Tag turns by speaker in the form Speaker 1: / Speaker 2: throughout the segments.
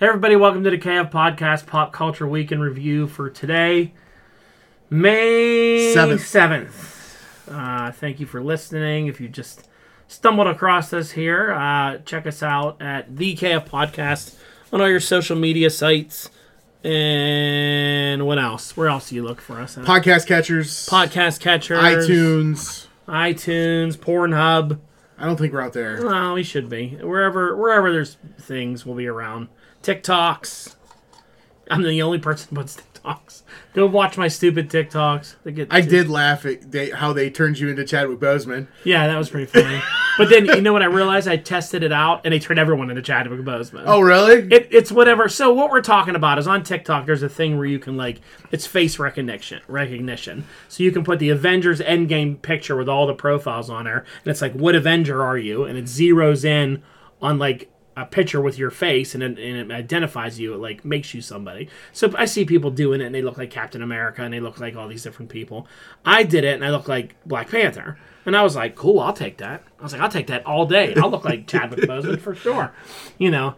Speaker 1: Hey, everybody, welcome to the KF Podcast Pop Culture Week in Review for today, May
Speaker 2: Seventh.
Speaker 1: 7th. Uh, thank you for listening. If you just stumbled across us here, uh, check us out at the KF Podcast on all your social media sites. And what else? Where else do you look for us? At?
Speaker 2: Podcast catchers,
Speaker 1: Podcast catchers,
Speaker 2: iTunes.
Speaker 1: iTunes, Pornhub.
Speaker 2: I don't think we're out there.
Speaker 1: Well, we should be wherever wherever there's things, we'll be around. TikToks. I'm the only person who puts TikToks. Go watch my stupid TikToks. They get
Speaker 2: I did laugh at they, how they turned you into Chadwick Boseman.
Speaker 1: yeah, that was pretty funny. but then you know what I realized? I tested it out, and they turned everyone into Chadwick Boseman.
Speaker 2: Oh, really?
Speaker 1: It, it's whatever. So what we're talking about is on TikTok. There's a thing where you can like it's face recognition, recognition. So you can put the Avengers Endgame picture with all the profiles on there, and it's like, what Avenger are you? And it zeroes in on like a picture with your face, and it, and it identifies you. It like makes you somebody. So I see people doing it, and they look like Captain America, and they look like all these different people. I did it, and I look like Black Panther. And I was like, cool, I'll take that. I was like, I'll take that all day. I'll look like Chadwick Boseman for sure. You know,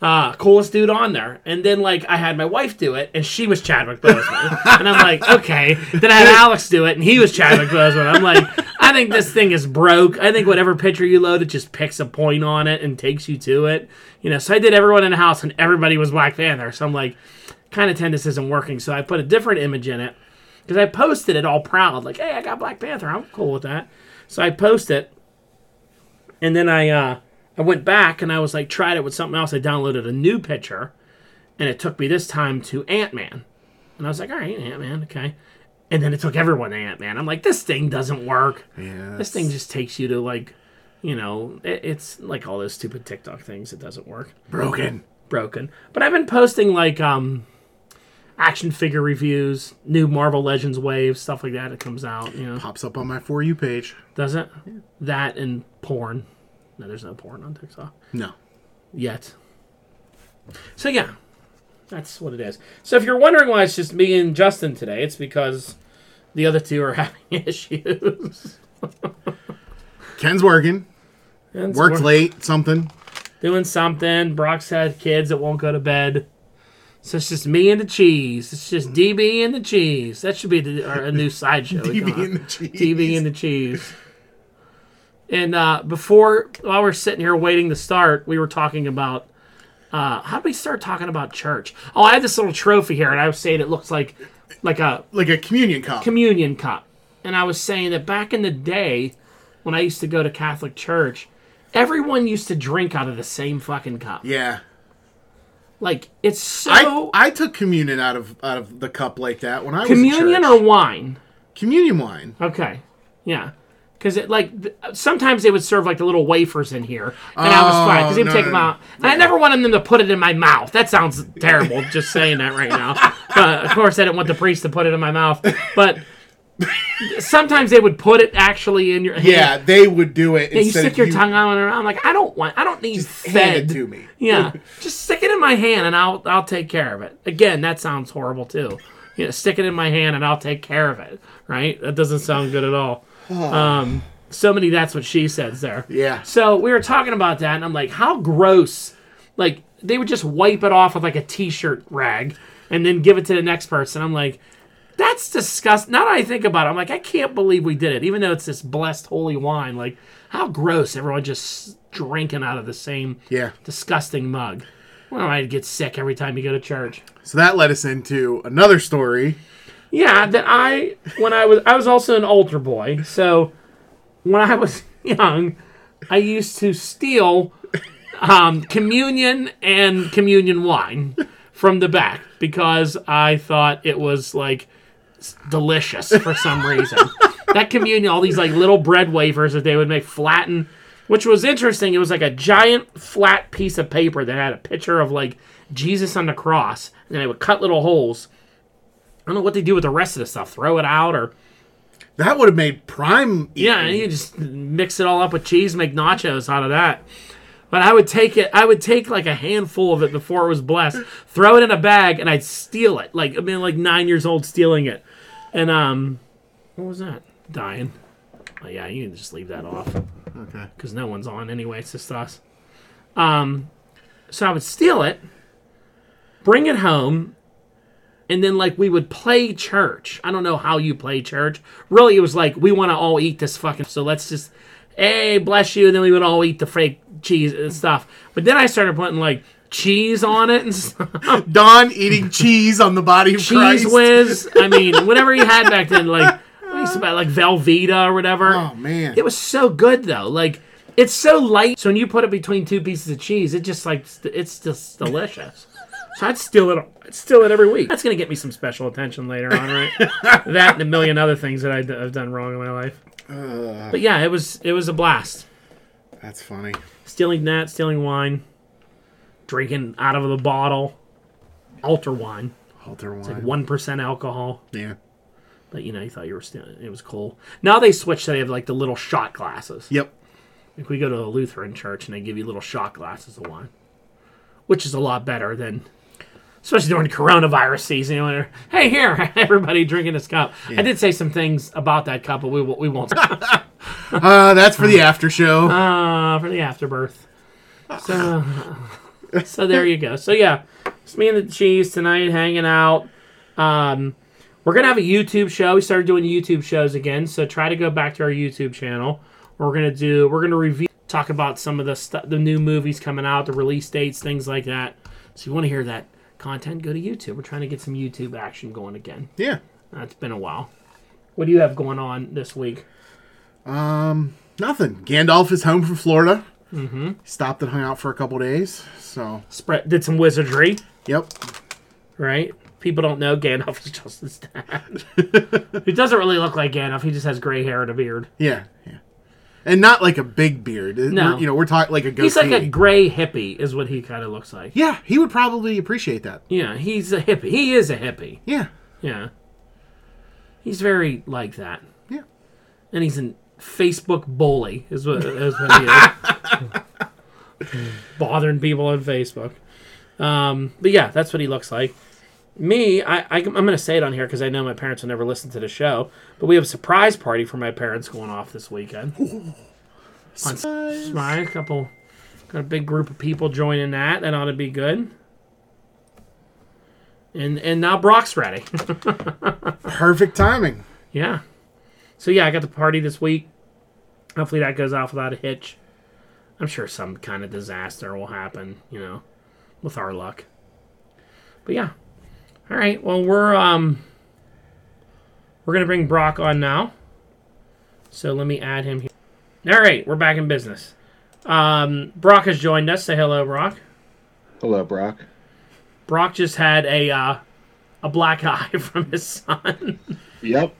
Speaker 1: uh, coolest dude on there. And then like I had my wife do it, and she was Chadwick Boseman. and I'm like, okay. Then I had Alex do it, and he was Chadwick Boseman. I'm like, I think this thing is broke. I think whatever picture you load, it just picks a point on it and takes you to it. You know, so I did everyone in the house, and everybody was Black Panther. So I'm like, kind of tend this isn't working. So I put a different image in it because I posted it all proud, like, hey, I got Black Panther. I'm cool with that. So I post it, and then I uh, I went back and I was like tried it with something else. I downloaded a new picture, and it took me this time to Ant Man, and I was like, all right, Ant Man, okay. And then it took everyone to Ant Man. I'm like, this thing doesn't work.
Speaker 2: yeah,
Speaker 1: This thing just takes you to like, you know, it, it's like all those stupid TikTok things. It doesn't work
Speaker 2: broken.
Speaker 1: broken. But I've been posting like um action figure reviews, new Marvel Legends wave, stuff like that. It comes out, you know,
Speaker 2: Pops up on my for you page.
Speaker 1: does it? That and porn. No, there's no porn on TikTok
Speaker 2: No,
Speaker 1: yet. So yeah, that's what it is. So if you're wondering why it's just me and Justin today, it's because the other two are having issues.
Speaker 2: Ken's working.
Speaker 1: And so
Speaker 2: Worked
Speaker 1: we're
Speaker 2: late. Something.
Speaker 1: Doing something. Brock's had kids that won't go to bed. So it's just me and the cheese. It's just DB and the cheese. That should be the, our, a new sideshow. we
Speaker 2: TV
Speaker 1: call it.
Speaker 2: and the cheese.
Speaker 1: TV and the cheese. And uh, before, while we're sitting here waiting to start, we were talking about uh, how did we start talking about church? Oh, I had this little trophy here, and I was saying it looks like like a
Speaker 2: like a communion cup.
Speaker 1: communion cup. And I was saying that back in the day, when I used to go to Catholic church, everyone used to drink out of the same fucking cup.
Speaker 2: yeah.
Speaker 1: Like it's so
Speaker 2: I, I took communion out of out of the cup like that when I was in
Speaker 1: communion
Speaker 2: church.
Speaker 1: or wine.
Speaker 2: communion wine.
Speaker 1: Okay. Yeah. Because it like th- sometimes they would serve like the little wafers in here, and I was fine because
Speaker 2: Oh,
Speaker 1: they would
Speaker 2: no,
Speaker 1: take
Speaker 2: no,
Speaker 1: them out. And I never wanted them to put it in my mouth. That sounds terrible. just saying that right now. But of course, I didn't want the priest to put it in my mouth. But sometimes they would put it actually in your hand.
Speaker 2: Yeah, they would do it.
Speaker 1: You
Speaker 2: instead
Speaker 1: stick
Speaker 2: of
Speaker 1: your tongue out and around. I'm like, I don't want. I don't need
Speaker 2: Hand it
Speaker 1: fed.
Speaker 2: to me.
Speaker 1: Yeah, just stick it in my hand and I'll I'll take care of it. Again, that sounds horrible too. You know, stick it in my hand and I'll take care of it. Right? That doesn't sound good at all. Um, so many. That's what she says there.
Speaker 2: Yeah.
Speaker 1: So we were talking about that, and I'm like, how gross! Like they would just wipe it off with like a t-shirt rag, and then give it to the next person. I'm like, that's disgusting. Now that I think about it, I'm like, I can't believe we did it, even though it's this blessed holy wine. Like, how gross! Everyone just drinking out of the same
Speaker 2: Yeah.
Speaker 1: disgusting mug. Well, I'd get sick every time you go to church.
Speaker 2: So that led us into another story.
Speaker 1: Yeah, that I when I was I was also an altar boy. So when I was young, I used to steal um, communion and communion wine from the back because I thought it was like s- delicious for some reason. that communion, all these like little bread wafers that they would make flatten, which was interesting. It was like a giant flat piece of paper that had a picture of like Jesus on the cross, and they would cut little holes. I don't know what they do with the rest of the stuff. Throw it out or
Speaker 2: That would have made prime.
Speaker 1: yeah, and you just mix it all up with cheese, make nachos out of that. But I would take it. I would take like a handful of it before it was blessed, throw it in a bag, and I'd steal it. Like I mean, like nine years old stealing it. And um, what was that? Dying. Oh yeah, you can just leave that off
Speaker 2: Okay.
Speaker 1: because no one's on anyway. It's just us. Um, so I would steal it, bring it home, and then like we would play church. I don't know how you play church. Really, it was like we want to all eat this fucking. So let's just, hey, bless you. And then we would all eat the fake cheese and stuff. But then I started putting like cheese on it and stuff.
Speaker 2: Don eating cheese on the body of
Speaker 1: cheese
Speaker 2: Christ.
Speaker 1: whiz. I mean, whatever you had back then, like I used to buy like Velveeta or whatever.
Speaker 2: Oh man,
Speaker 1: It was so good though. Like it's so light. So when you put it between two pieces of cheese, it just like st- it's just delicious. so I'd steal it. I'd steal it every week. That's gonna get me some special attention later on, right? that and a million other things that I d- I've done wrong in my life. But yeah, it was it was a blast.
Speaker 2: that's funny.
Speaker 1: Stealing that, stealing wine, drinking out of the bottle, altar wine,
Speaker 2: Halter wine.
Speaker 1: one percent alcohol.
Speaker 2: yeah.
Speaker 1: But you know, you thought you were stealing. It was cool. Now they switch. They have like the little shot glasses.
Speaker 2: Yep.
Speaker 1: Like we go to a Lutheran church and they give you little shot glasses of wine, which is a lot better than, especially during coronavirus season. When they're, hey, here, everybody drinking this cup. I did say some things about that cup, but we will- we won't
Speaker 2: Uh, that's for the after show.
Speaker 1: uh, for the afterbirth. So, so there you go. So yeah, it's me and the cheese tonight, hanging out. Um, we're gonna have a YouTube show. We started doing YouTube shows again, so try to go back to our YouTube channel. We're gonna do. We're gonna review, talk about some of the stu the new movies coming out, the release dates, things like that. So if you want to hear that content, go to YouTube. We're trying to get some YouTube action going again.
Speaker 2: yeah.
Speaker 1: That's been a while. What do you have going on this week?
Speaker 2: Nothing. Gandalf is home from Florida. Mm-hmm. Stopped and hung out for a couple days. So,
Speaker 1: Spread did some wizardry.
Speaker 2: yep.
Speaker 1: right? People don't know Gandalf is just his dad. he doesn't really look like Gandalf. He just has gray hair and a beard.
Speaker 2: Yeah. Yeah. And not like a big beard. Uh,
Speaker 1: No.
Speaker 2: We're- you know, we're talking like a goatee.
Speaker 1: He's like a gray hippie, is what he kind of looks like.
Speaker 2: yeah, he would probably appreciate that.
Speaker 1: Yeah, he's a hippie. He is a hippie.
Speaker 2: Yeah.
Speaker 1: Yeah. He's very like that.
Speaker 2: Yeah.
Speaker 1: And he's a Facebook bully, is what, is what he is. Bothering people on Facebook. Um, but yeah, that's what he looks like. Me, I, I, am going to say it on here because I know my parents will never listen to the show, but we have a surprise party for my parents going off this weekend. On
Speaker 2: Surprise.
Speaker 1: Smile, a couple, got a big group of people joining that. That ought to be good. And and now Brock's ready.
Speaker 2: Perfect timing.
Speaker 1: Yeah. So yeah, I got the party this week. Hopefully that goes off without a hitch. I'm sure some kind of disaster will happen, you know, with our luck. But yeah. All right. Well, we're um we're going to bring Brock on now. So let me add him here. All right, we're back in business. Um Brock has joined us. Say hello, Brock.
Speaker 3: Hello, Brock.
Speaker 1: Brock just had a uh a black eye from his son.
Speaker 3: Yep.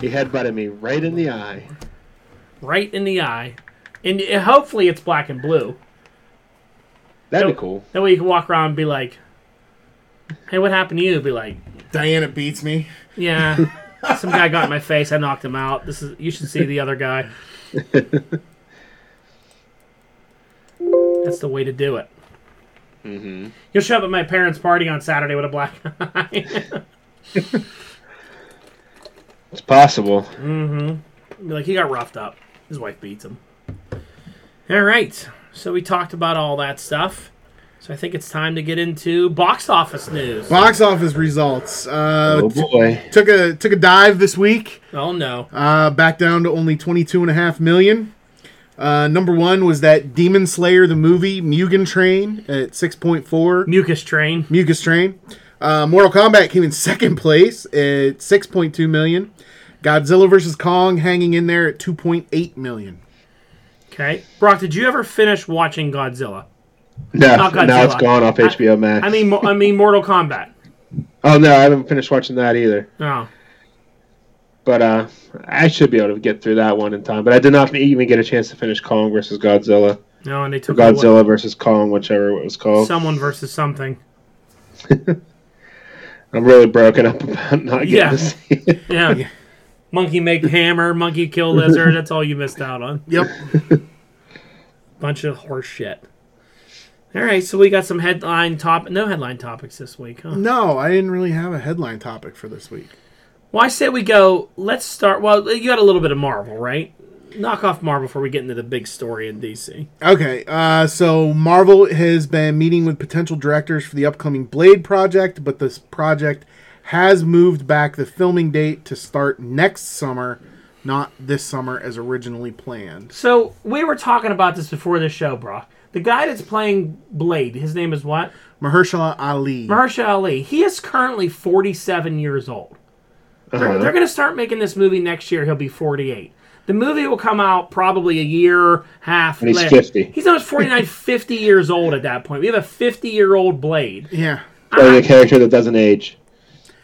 Speaker 3: He headbutted me right in the eye.
Speaker 1: right in the eye, and it- hopefully it's black and blue.
Speaker 3: That'd be
Speaker 1: Nope.
Speaker 3: cool.
Speaker 1: That way you can walk around and be like, "Hey, what happened to you?" Be like,
Speaker 2: Diana beats me.
Speaker 1: "Yeah, some guy got in my face. I knocked him out. This is you should see the other guy." That's the way to do it.
Speaker 3: Mm-hmm.
Speaker 1: You'll show up at my parents' party on Saturday with a black eye.
Speaker 3: It's possible.
Speaker 1: Be like he got roughed up. His wife beats him. All right. So we talked about all that stuff. So I think it's time to get into box office news.
Speaker 2: Box office results. Uh,
Speaker 3: Oh
Speaker 2: t-
Speaker 3: boy.
Speaker 2: took a took a dive this week.
Speaker 1: Oh no.
Speaker 2: Uh, back down to only twenty two and a half million. Uh, number one was that Demon Slayer the movie Mugen Train at six point four.
Speaker 1: Mucus train.
Speaker 2: Mucus Train. Uh, Mortal Kombat came in second place at 6.2 million. Godzilla vs. Kong hanging in there at 2.8 million.
Speaker 1: Okay. Brock, did you ever finish watching Godzilla?
Speaker 3: No,
Speaker 1: Not Godzilla.
Speaker 3: now it's gone off HBO Max.
Speaker 1: I mean, Mo- I mean Mortal Kombat. Oh,
Speaker 3: oh no, I haven't finished watching that either.
Speaker 1: No.
Speaker 3: But uh, I should be able to get through that one in time. But I did not even get a chance to finish Kong versus Godzilla,
Speaker 1: No, and they
Speaker 3: or
Speaker 1: took away
Speaker 3: Godzilla versus Kong, whichever it was called.
Speaker 1: someone versus something.
Speaker 3: I'm really broken up about not getting
Speaker 1: Yeah.
Speaker 3: to see it.
Speaker 1: Yeah. Monkey make hammer, monkey kill lizard. That's all you missed out on.
Speaker 2: Yep.
Speaker 1: Bunch of horse shit. All right, so we got some headline top, no headline topics this week, huh?
Speaker 2: no, I didn't really have a headline topic for this week.
Speaker 1: Well, I say we go. Let's start. Well, you got a little bit of Marvel, right? knock off Marvel before we get into the big story in DC.
Speaker 2: Okay, uh, so Marvel has been meeting with potential directors for the upcoming Blade project, but this project has moved back the filming date to start next summer, not this summer as originally planned.
Speaker 1: So we were talking about this before the show, Brock. The guy that's playing Blade, his name is what?
Speaker 2: Mahershala Ali.
Speaker 1: Mahershala Ali. He is currently 47 years old. They're, they're going to start making this movie next year. He'll be 48. The movie will come out probably a year, half.
Speaker 3: he's
Speaker 1: later.
Speaker 3: 50.
Speaker 1: He's almost 49, 50 years old at that point. We have a 50 year old Blade.
Speaker 2: yeah.
Speaker 3: Playing
Speaker 1: Uh,
Speaker 3: a character that doesn't age.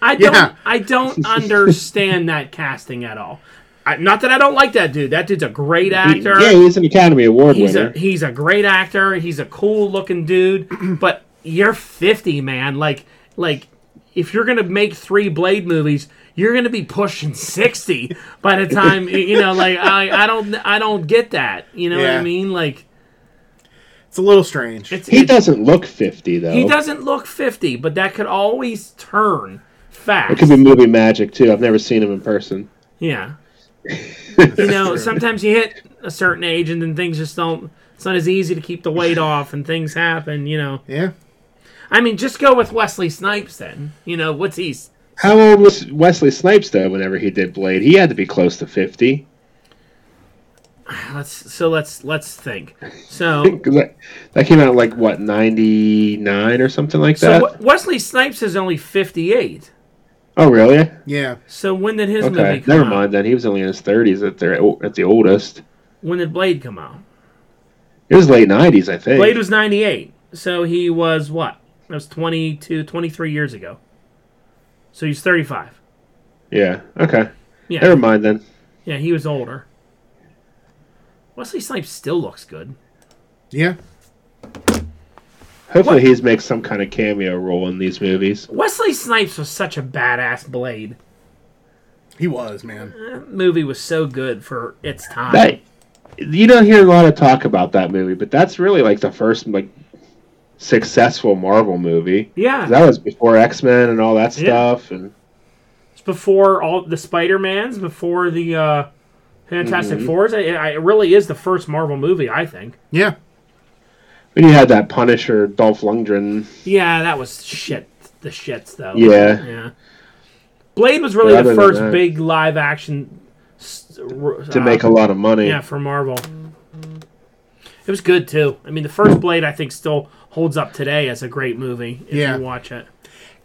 Speaker 1: I don't.
Speaker 2: Yeah.
Speaker 1: I don't understand that casting at all. I, not that I don't like that dude. That dude's a great actor.
Speaker 3: Yeah, he's an Academy Award
Speaker 1: he's
Speaker 3: winner.
Speaker 1: a he's a great actor. He's a cool looking dude. But you're 50, man. Like like if you're gonna make three Blade movies, you're gonna be pushing 60 by the time you know. Like I I don't I don't get that. You know what
Speaker 2: Yeah.
Speaker 1: I mean? Like
Speaker 2: It's a little strange.
Speaker 1: it's
Speaker 3: he
Speaker 1: it's-
Speaker 3: doesn't look 50, though.
Speaker 1: he doesn't look 50, but that could always turn fast.
Speaker 3: It could be movie magic, too. I've never seen him in person.
Speaker 1: Yeah. you know, sometimes you hit a certain age and then things just don't. It's not as easy to keep the weight off and things happen, you know.
Speaker 2: yeah.
Speaker 1: I mean, just go with Wesley Snipes then. You know, what's he? s-
Speaker 3: How old was Wesley Snipes, though, whenever he did Blade? He had to be close to 50.
Speaker 1: Let's so let's let's think. So,
Speaker 3: 'Cause That that came out, like, what, 99 or something like
Speaker 1: so
Speaker 3: that?
Speaker 1: W- Wesley Snipes is only 58.
Speaker 3: oh, really?
Speaker 2: Yeah.
Speaker 1: So when did his movie
Speaker 3: Okay,
Speaker 1: come
Speaker 3: never
Speaker 1: out?
Speaker 3: mind then. He was only in his 30s at, their, at the oldest.
Speaker 1: When did Blade come out?
Speaker 3: It was late 90s, I think.
Speaker 1: Blade was 98. So he was what? That was 22, 23 years ago. So he's 35.
Speaker 3: Yeah, okay.
Speaker 1: Yeah.
Speaker 3: Never mind then.
Speaker 1: Yeah, he was older. Wesley Snipes still looks good.
Speaker 2: Yeah.
Speaker 3: Hopefully, he's makes some kind of cameo role in these movies.
Speaker 1: Wesley Snipes was such a badass blade.
Speaker 2: He was, man.
Speaker 1: That movie was so good for its time.
Speaker 3: That you don't hear a lot of talk about that movie, but that's really like the first like successful Marvel movie.
Speaker 1: yeah,
Speaker 3: 'Cause That was before X Men and all that
Speaker 1: Yeah.
Speaker 3: stuff, and
Speaker 1: it's before all the Spider Mans, before the uh, Fantastic
Speaker 3: Mm-hmm.
Speaker 1: Fours. It, it really is the first Marvel movie, I think.
Speaker 2: Yeah.
Speaker 3: when you had that Punisher, Dolph Lundgren.
Speaker 1: Yeah, that was shit. The shits though.
Speaker 3: Yeah.
Speaker 1: yeah. Blade was really
Speaker 3: Yeah,
Speaker 1: the
Speaker 3: other than
Speaker 1: first
Speaker 3: that-
Speaker 1: big live action s- r-
Speaker 3: To
Speaker 1: uh,
Speaker 3: make a lot of money.
Speaker 1: Yeah, for Marvel. It was good too. I mean, the first Blade I think still holds up today as a great movie if
Speaker 2: Yeah.
Speaker 1: you watch it.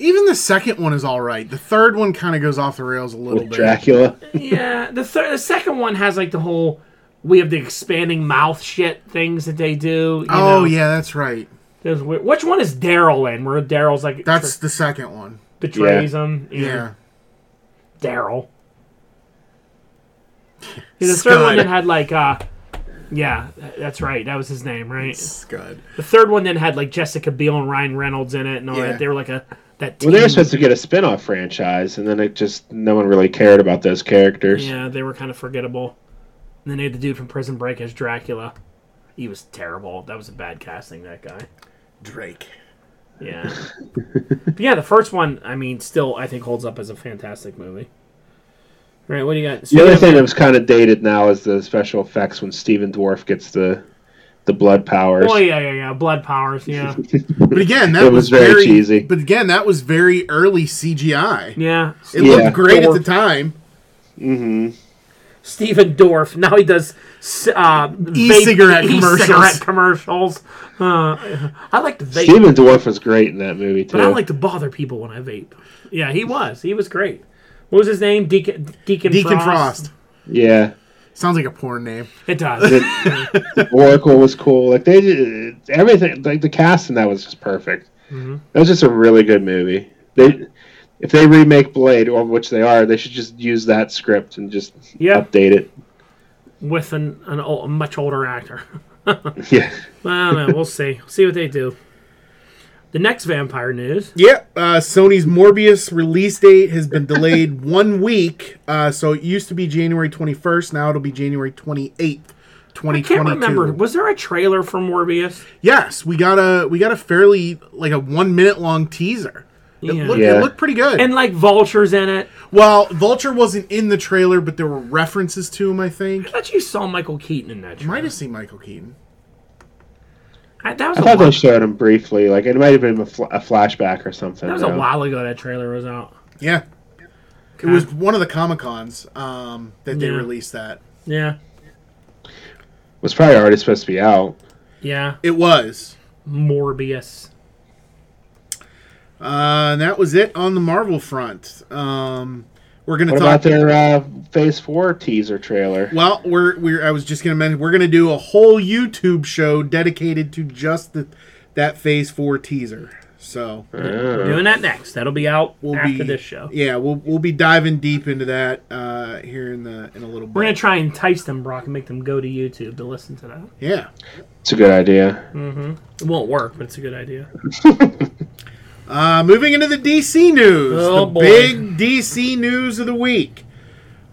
Speaker 2: Even the second one is all right. The third one kind of goes off the rails a little
Speaker 3: With
Speaker 2: bit.
Speaker 3: Dracula.
Speaker 1: Yeah, the thir- the second one has like the whole we have the expanding mouth shit things that they do. You
Speaker 2: Oh
Speaker 1: know?
Speaker 2: yeah, that's right.
Speaker 1: There's weird- which one is Daryl in? Where Daryl's like
Speaker 2: That's
Speaker 1: tr-
Speaker 2: the second one.
Speaker 1: betrays him.
Speaker 2: Yeah.
Speaker 1: Daryl. Yeah, the third one
Speaker 2: Scott.
Speaker 1: that had like uh, yeah, th- that's right. That was his name, right?
Speaker 2: Scud.
Speaker 1: The third one then had like Jessica Biel and Ryan Reynolds in it and all
Speaker 2: Yeah.
Speaker 1: that. They were like a that.
Speaker 3: Well, they were
Speaker 1: team.
Speaker 3: supposed to get a spin off franchise, and then it just no one really cared about those characters.
Speaker 1: Yeah, they were kind of forgettable. And then they had the dude from Prison Break as Dracula. He was terrible. That was a bad casting. That guy.
Speaker 2: Drake.
Speaker 1: Yeah. but yeah, the first one, I mean, still I think holds up as a fantastic movie. All right, what do you got?
Speaker 3: The other
Speaker 1: Speaking
Speaker 3: thing
Speaker 1: of-
Speaker 3: that was kind of dated now is the special effects when Steven Dwarf gets the the blood powers.
Speaker 1: Oh yeah, yeah, yeah. Blood powers. Yeah,
Speaker 2: But again, that
Speaker 3: It
Speaker 2: was,
Speaker 3: was very
Speaker 2: very
Speaker 3: cheesy.
Speaker 2: But again, that was very early CGI.
Speaker 1: yeah.
Speaker 2: It
Speaker 3: Yeah.
Speaker 2: looked great at
Speaker 1: Or-
Speaker 2: the time.
Speaker 1: Stephen Dorff. Now he does s- uh,
Speaker 2: E-cigarette
Speaker 1: vape-
Speaker 2: commercials.
Speaker 1: e-cigarette commercials. Uh, I like to vape,
Speaker 3: Steven Dwarf was great in that movie too.
Speaker 1: but I don't like to bother people when I vape. Yeah, he was. He was great. What was his name? Deacon Deacon,
Speaker 2: Deacon
Speaker 1: Frost.
Speaker 2: Frost.
Speaker 3: yeah,
Speaker 2: Sounds like a porn name.
Speaker 1: It does.
Speaker 3: Oracle was cool. Like they, did- everything, like the cast in that was just perfect.
Speaker 1: Mm-hmm.
Speaker 3: That was just a really good movie. They, if they remake Blade, or which they are, they should just use that script and just
Speaker 1: Yeah.
Speaker 3: update it.
Speaker 1: With an, an ol- a much older actor.
Speaker 3: Yeah,
Speaker 1: I don't know. We'll see. See what they do. The next vampire news.
Speaker 2: Yeah, uh, Sony's Morbius release date has been delayed one week. Uh, so it used to be January 21st. Now it'll be January 28th, 2022.
Speaker 1: I can't remember. Was there a trailer for Morbius?
Speaker 2: Yes, we got a we got a fairly like a one minute long teaser. It,
Speaker 1: Yeah.
Speaker 2: looked,
Speaker 3: Yeah.
Speaker 2: it looked pretty good.
Speaker 1: and like vultures in it.
Speaker 2: well, Vulture wasn't in the trailer, but there were references to him. I think
Speaker 1: I thought you saw Michael Keaton in that.
Speaker 2: might have seen Michael Keaton.
Speaker 1: I, that was
Speaker 3: I
Speaker 1: a
Speaker 3: thought
Speaker 1: while,
Speaker 3: they showed him briefly. Like it might have been a, fl- a flashback or something.
Speaker 1: that was
Speaker 3: you
Speaker 1: a
Speaker 3: know?
Speaker 1: while ago. That trailer was out. Uh,
Speaker 2: Yeah, it was one of the Comic Cons um, that they
Speaker 1: Yeah.
Speaker 2: released that.
Speaker 1: Yeah,
Speaker 3: It was probably already supposed to be out.
Speaker 1: yeah.
Speaker 2: It was.
Speaker 1: Morbius.
Speaker 2: Uh, and that was it on the Marvel front. Um, we're gonna
Speaker 3: What
Speaker 2: talk.
Speaker 3: about their uh, Phase Four teaser trailer?
Speaker 2: well, we're we're. I was just gonna mention we're gonna do a whole YouTube show dedicated to just the, that Phase Four teaser. So
Speaker 3: Oh,
Speaker 1: We're doing that next. That'll be out
Speaker 2: we'll
Speaker 1: after
Speaker 2: be
Speaker 1: this show.
Speaker 2: Yeah, we'll we'll be diving deep into that uh, here in the in a little
Speaker 1: We're gonna
Speaker 2: bit.
Speaker 1: try and entice them, Brock, and make them go to YouTube to listen to that.
Speaker 2: Yeah.
Speaker 3: It's a good idea.
Speaker 1: It won't work, but it's a good idea.
Speaker 2: Uh, moving into the DC news,
Speaker 1: Oh,
Speaker 2: the
Speaker 1: boy.
Speaker 2: big DC news of the week.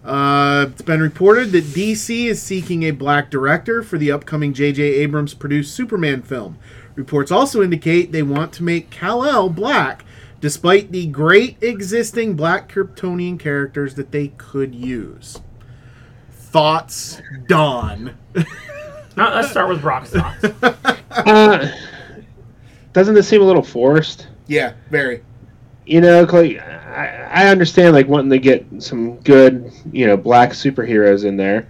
Speaker 2: Uh, it's been reported that DC is seeking a black director for the upcoming J.J. Abrams produced Superman film. Reports also indicate they want to make Kal El black, despite the great existing black Kryptonian characters that they could use. Thoughts, Dawn.
Speaker 1: Uh, let's start with Brock's thoughts.
Speaker 3: Uh, doesn't this seem a little forced?
Speaker 2: Yeah, very.
Speaker 3: you know, like I, I understand like wanting to get some good, you know, black superheroes in there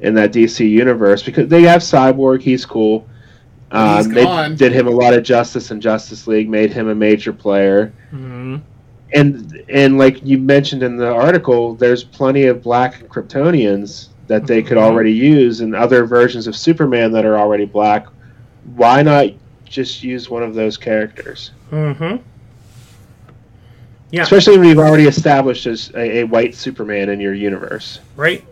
Speaker 3: in that DC universe because they have Cyborg, he's cool. Um,
Speaker 2: He's
Speaker 3: they
Speaker 2: gone.
Speaker 3: did him a lot of justice in Justice League, made him a major player.
Speaker 1: Mhm.
Speaker 3: And and like you mentioned in the article, there's plenty of black Kryptonians that they could already use and other versions of Superman that are already black. Why not just use one of those characters?
Speaker 1: Mhm. Yeah.
Speaker 3: Especially when you've already established as a, a white Superman in your universe.
Speaker 1: Right.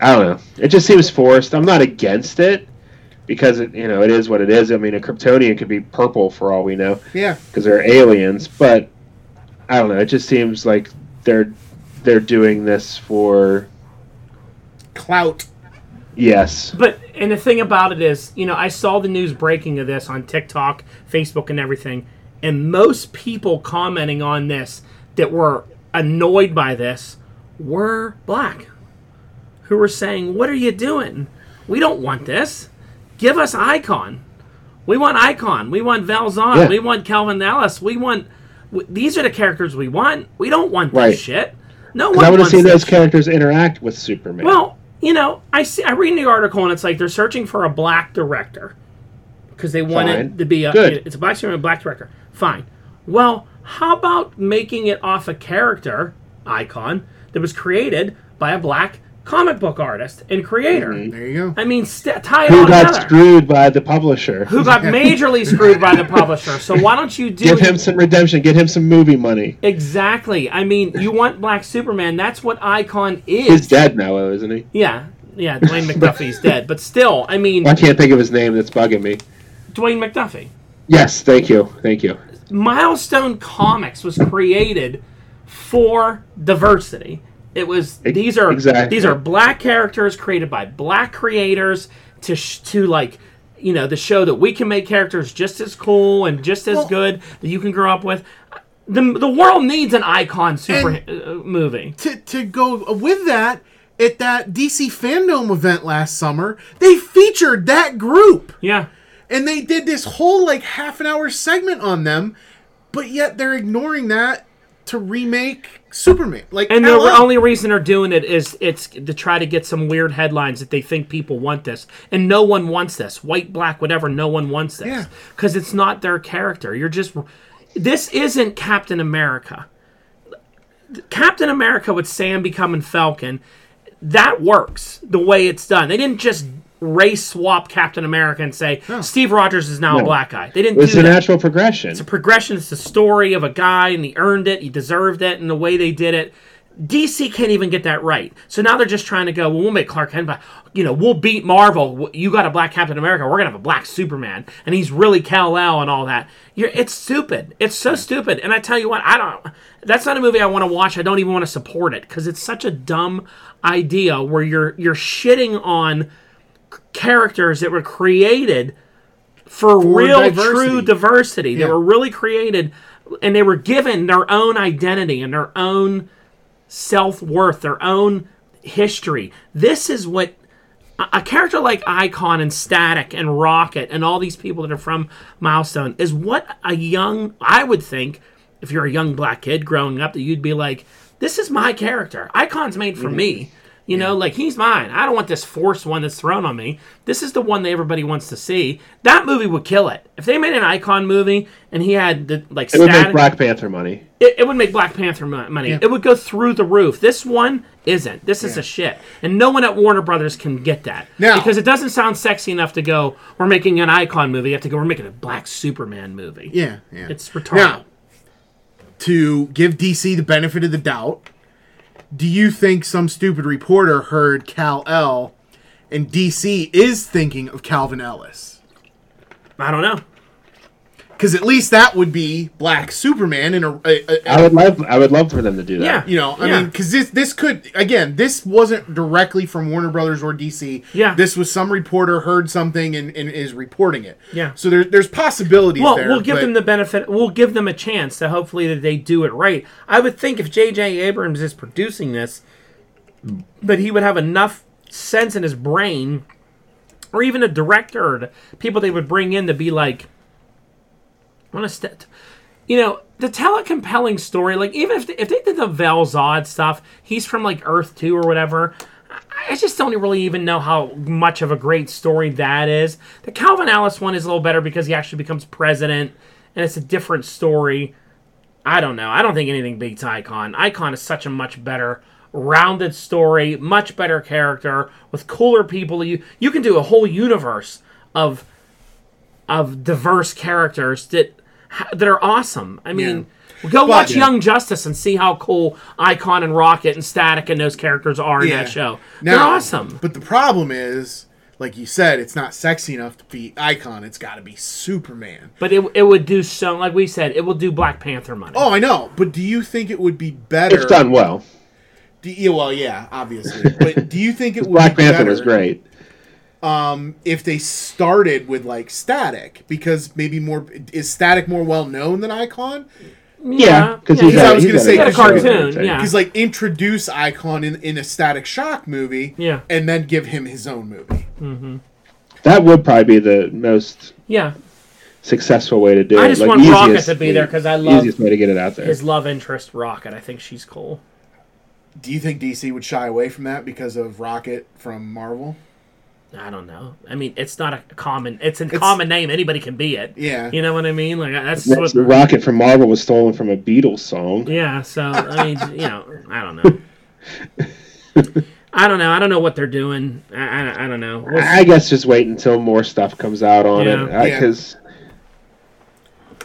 Speaker 3: I don't know. It just seems forced. I'm not against it because it, you know it is what it is. I mean, a Kryptonian could be purple for all we know
Speaker 2: Yeah.
Speaker 3: because they're aliens. But I don't know. It just seems like they're they're doing this for
Speaker 2: Clout.
Speaker 3: yes.
Speaker 1: But and the thing about it is, you know, I saw the news breaking of this on TikTok, Facebook, and everything, and most people commenting on this that were annoyed by this were black, who were saying, "What are you doing? We don't want this. Give us Icon. We want Icon. We want Valzon.
Speaker 3: Yeah.
Speaker 1: We want Calvin Ellis. We want." w- These are the characters we want. We don't want this
Speaker 3: Right.
Speaker 1: shit. No one.
Speaker 3: Because I want to
Speaker 1: wants
Speaker 3: see
Speaker 1: this
Speaker 3: those characters interact with Superman.
Speaker 1: well, you know, I see. I read the article and it's like they're searching for a black director because they want
Speaker 3: Fine.
Speaker 1: it to be a.
Speaker 3: Good.
Speaker 1: It's a black Superman, a black director. Fine. Well, how about making it off a character icon that was created by a black comic book artist and creator?
Speaker 2: There you go.
Speaker 1: I mean, st- tie it all
Speaker 3: Mm-hmm. who got
Speaker 1: together.
Speaker 3: screwed by the publisher?
Speaker 1: Who got majorly screwed by the publisher? So why don't you do
Speaker 3: Give him some redemption. Get him some movie money.
Speaker 1: exactly? I mean, you want Black Superman? That's what Icon is.
Speaker 3: He's dead now, though, isn't he?
Speaker 1: Yeah, yeah. Dwayne McDuffie's dead, but still, I mean,
Speaker 3: I can't think of his name. That's bugging me.
Speaker 1: Dwayne McDuffie.
Speaker 3: Yes, thank you, thank you.
Speaker 1: Milestone Comics was created for diversity. It was
Speaker 3: Ex-
Speaker 1: these are
Speaker 3: exactly.
Speaker 1: these are black characters created by black creators to sh- to like you know the show that we can make characters just as cool and just as
Speaker 2: Well-
Speaker 1: good that you can grow up with. The, the world needs an icon super uh, movie.
Speaker 2: to, to go with that at that DC fandom event last summer, they featured that group
Speaker 1: Yeah.
Speaker 2: and they did this whole like half an hour segment on them, but yet they're ignoring that to remake Superman. Like
Speaker 1: And the
Speaker 2: hello.
Speaker 1: only reason they're doing it is it's to try to get some weird headlines that they think people want this, and no one wants this. White, black, whatever. No one wants
Speaker 2: Yeah.
Speaker 1: this because it's not their character. You're just this isn't Captain America. Captain America with Sam becoming Falcon, that works the way it's done. They didn't just race swap Captain America and say Steve Rogers is now a black guy. They didn't
Speaker 3: It's
Speaker 1: do
Speaker 3: a
Speaker 1: that
Speaker 3: natural progression.
Speaker 1: progression. It's the story of a guy, and he earned it. He deserved it, and the way they did it. DC can't even get that right. So now they're just trying to go. Well, we'll make Clark Kent. black. You know, we'll beat Marvel. You got a black Captain America. We're gonna have a black Superman, and he's really Kal El and all that. You're, it's stupid. It's so stupid. And I tell you what, I don't. That's not a movie I want to watch. I don't even want to support it because it's such a dumb idea where you're you're shitting on characters that were created for, real
Speaker 2: diversity.
Speaker 1: true diversity that
Speaker 2: Yeah.
Speaker 1: were really created and they were given their own identity and their own self worth, their own history. This is what a a character like Icon and Static and Rocket and all these people that are from Milestone is what a young, I would think, if you're a young black kid growing up, that you'd be like, this is my character. Icon's made
Speaker 3: Mm-hmm.
Speaker 1: for me. You know, like he's mine. I don't want this forced one that's thrown on me. This is the one that everybody wants to see. That movie would kill it. If they made an icon movie and he had the like
Speaker 3: It would make
Speaker 1: static-
Speaker 3: Black Panther money.
Speaker 1: it, it would make Black Panther mo- money. It would go through the roof. This one isn't. This is a shit, and no one at Warner Brothers can get that
Speaker 2: Now-
Speaker 1: because it doesn't sound sexy enough to go. We're making an icon movie. You have to go. We're making a black Superman movie.
Speaker 2: Yeah, yeah.
Speaker 1: It's retarded.
Speaker 2: Now, to give DC the benefit of the doubt, do you think some stupid reporter heard Cal L and DC is thinking of Calvin Ellis?
Speaker 1: I don't know.
Speaker 2: Because at least that would be Black Superman in a, a, a-
Speaker 3: I would love. I would love for them to do that.
Speaker 1: Yeah.
Speaker 2: uh, you know, I
Speaker 1: Yeah.
Speaker 2: mean, because this this could again, this wasn't directly from Warner Brothers or DC.
Speaker 1: Yeah.
Speaker 2: this was some reporter heard something and, and is reporting it.
Speaker 1: Yeah.
Speaker 2: so there's there's possibilities.
Speaker 1: Well,
Speaker 2: there,
Speaker 1: we'll give
Speaker 2: but-
Speaker 1: them the benefit. We'll give them a chance to hopefully that they do it right. I would think if J.J. Abrams is producing this, that he would have enough sense in his brain, or even a director, or the people they would bring in to be like, I want to step. You know, to tell a compelling story, like even if they, if they did the Velzod stuff, he's from like Earth Two or whatever. I- I just don't really even know how much of a great story that is. The Calvin Alice one is a little better because he actually becomes president, and it's a different story. I don't know. I don't think anything beats Icon. Icon is such a much better rounded story, much better character with cooler people. You you can do a whole universe of of diverse characters that that are awesome. I mean, go watch
Speaker 2: yeah.
Speaker 1: Young Justice and see how cool Icon and Rocket and Static and those characters are in
Speaker 2: Yeah.
Speaker 1: that show. They're
Speaker 2: Now,
Speaker 1: awesome.
Speaker 2: But the problem is, like you said, it's not sexy enough to be Icon. It's got to be Superman.
Speaker 1: But it, it would do so like we said, it will do Black Panther money.
Speaker 2: Oh, I know. But do you think it would be better?
Speaker 3: it's done well.
Speaker 2: Do you- well, yeah, obviously. but do you think it would
Speaker 3: Black
Speaker 2: be
Speaker 3: Panther
Speaker 2: better
Speaker 3: was great.
Speaker 2: if they started with like Static? Because maybe more is Static more well known than Icon?
Speaker 3: Yeah, because
Speaker 1: yeah,
Speaker 3: he's,
Speaker 1: yeah.
Speaker 2: I
Speaker 3: got-
Speaker 2: was
Speaker 3: he's
Speaker 2: gonna
Speaker 3: got
Speaker 2: say
Speaker 3: a
Speaker 2: he's got a
Speaker 3: show.
Speaker 1: cartoon, yeah.
Speaker 2: Because like introduce Icon in, in a Static Shock movie,
Speaker 1: Yeah.
Speaker 2: and then give him his own movie.
Speaker 3: That would probably be the most
Speaker 1: yeah.
Speaker 3: successful way to do it.
Speaker 1: I just want
Speaker 3: the
Speaker 1: Rocket
Speaker 3: easiest
Speaker 1: to be
Speaker 3: way-
Speaker 1: there 'cause I love
Speaker 3: easiest way to get it out there.
Speaker 1: His love interest Rocket. I think she's cool.
Speaker 2: Do you think DC would shy away from that because of Rocket from Marvel?
Speaker 1: I don't know. I mean, it's not a common. It's a common name. Anybody can be it.
Speaker 2: Yeah.
Speaker 1: You know what I mean? Like that's
Speaker 3: That's-
Speaker 1: what.
Speaker 3: the rocket from Marvel was stolen from a Beatles song.
Speaker 1: Yeah. So I mean, you know, I don't know. I don't know. I don't know what they're doing. I, I, I don't know. We'll
Speaker 3: I guess just wait until more stuff comes out on
Speaker 1: Yeah.
Speaker 3: it
Speaker 2: Yeah.
Speaker 3: because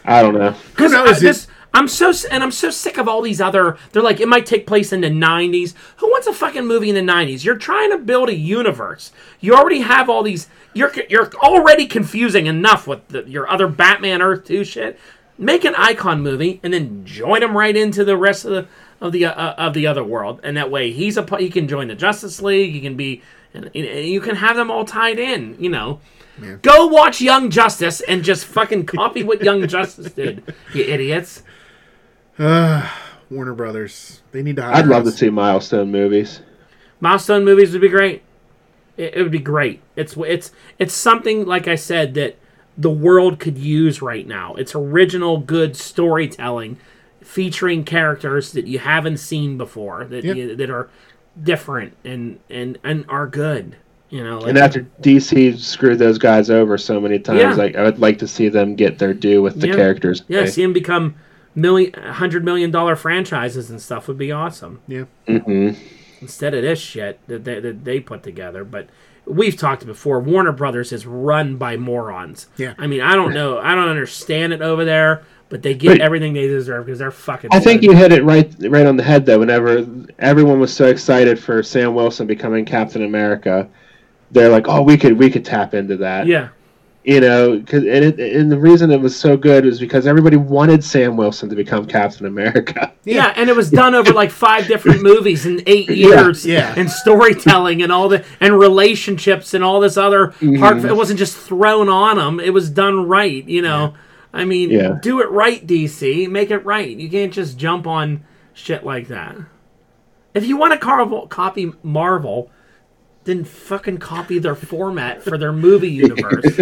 Speaker 3: I don't know.
Speaker 1: Because
Speaker 2: knows?
Speaker 1: I, this, I'm so s- and I'm so sick of all these other. They're like it might take place in the '90s. Who wants a fucking movie in the '90s? You're trying to build a universe. You already have all these. You're c- you're already confusing enough with the, your other Batman Earth Two shit. Make an icon movie and then join him right into the rest of the of the uh, of the other world. And that way he's a pa- he can join the Justice League. He can be and, and you can have them all tied in. You know. Go watch Young Justice and just fucking copy what Young Justice did, you idiots.
Speaker 2: Warner Brothers. They need to hire
Speaker 3: I'd love to
Speaker 2: us.
Speaker 3: see milestone movies.
Speaker 1: Milestone movies would be great. It, it would be great. It's it's it's something like I said that the world could use right now. It's original good storytelling featuring characters that you haven't seen before that
Speaker 2: Yeah.
Speaker 1: you, that are different and and and are good. You know, like,
Speaker 3: And after DC screwed those guys over so many times,
Speaker 1: Yeah.
Speaker 3: like I would like to see them get their due with the
Speaker 1: Yeah.
Speaker 3: characters.
Speaker 1: yeah,
Speaker 3: They-
Speaker 1: see him become million hundred million dollar franchises and stuff would be awesome.
Speaker 2: Yeah.
Speaker 3: Mm-hmm.
Speaker 1: instead of this shit that they, that they put together. But we've talked before. Warner Brothers is run by morons.
Speaker 2: Yeah.
Speaker 1: I mean, I don't know. I don't understand it over there, but they get
Speaker 3: But-
Speaker 1: everything they deserve because they're fucking.
Speaker 3: I think
Speaker 1: you.
Speaker 3: you hit it right right on the head though. Whenever everyone was so excited for Sam Wilson becoming Captain America, they're like, "Oh, we could we could tap into that."
Speaker 1: Yeah.
Speaker 3: you know, 'cause- and it, and the reason it was so good was because everybody wanted Sam Wilson to become Captain America.
Speaker 1: yeah. and it was done over like five different movies in eight years,
Speaker 2: yeah.
Speaker 1: and storytelling and all the and relationships and all this other heart. It wasn't just thrown on them; it was done right, you know. I mean,
Speaker 3: Yeah.
Speaker 1: do it right, DC. Make it right. You can't just jump on shit like that. If you want to carvel, copy Marvel, then fucking copy their format for their movie universe.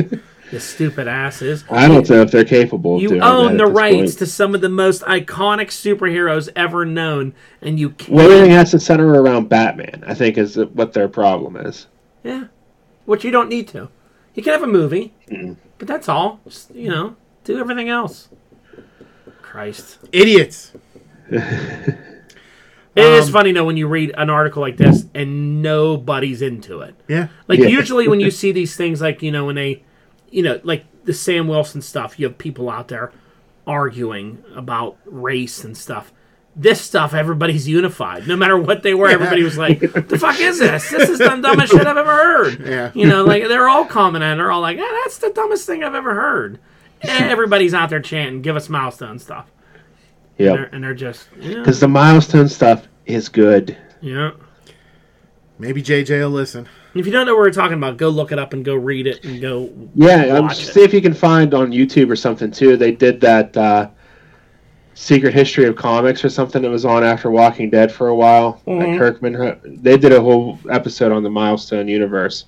Speaker 1: you stupid asses.
Speaker 3: I don't know if they're capable of
Speaker 1: You
Speaker 3: doing that
Speaker 1: own
Speaker 3: at
Speaker 1: the
Speaker 3: this
Speaker 1: rights
Speaker 3: point.
Speaker 1: to some of the most iconic superheroes ever known, and you can't.
Speaker 3: Well, everything has to center around Batman, I think, is what their problem is.
Speaker 1: Yeah. Which you don't need to. You can have a movie, but that's all. Just, you know, do everything else. Christ.
Speaker 2: Idiots.
Speaker 1: It is funny though when you read an article like this and nobody's into it.
Speaker 2: Yeah.
Speaker 1: Like
Speaker 3: Yeah.
Speaker 1: usually when you see these things, like you know when they, you know, like the Sam Wilson stuff, you have people out there arguing about race and stuff. This stuff, everybody's unified. No matter what they were, everybody was like, "The fuck is this? This is the dumbest shit I've ever heard."
Speaker 2: Yeah.
Speaker 1: You know, like they're all coming and they're all like, "Ah, "That's the dumbest thing I've ever heard." And everybody's out there chanting, "Give us milestone stuff," and they're,
Speaker 3: Yeah,
Speaker 1: and they're just, yeah,
Speaker 3: because the milestone stuff is good.
Speaker 1: yeah.
Speaker 2: Maybe JJ will listen.
Speaker 1: If you don't know what we're talking about, go look it up and go read it and go.
Speaker 3: Yeah, um,
Speaker 1: Watch it.
Speaker 3: see if you can find on YouTube or something too. They did that uh, Secret History of Comics or something that was on after Walking Dead for a while.
Speaker 1: Mm-hmm.
Speaker 3: Like Kirkman, they did a whole episode on the Milestone Universe,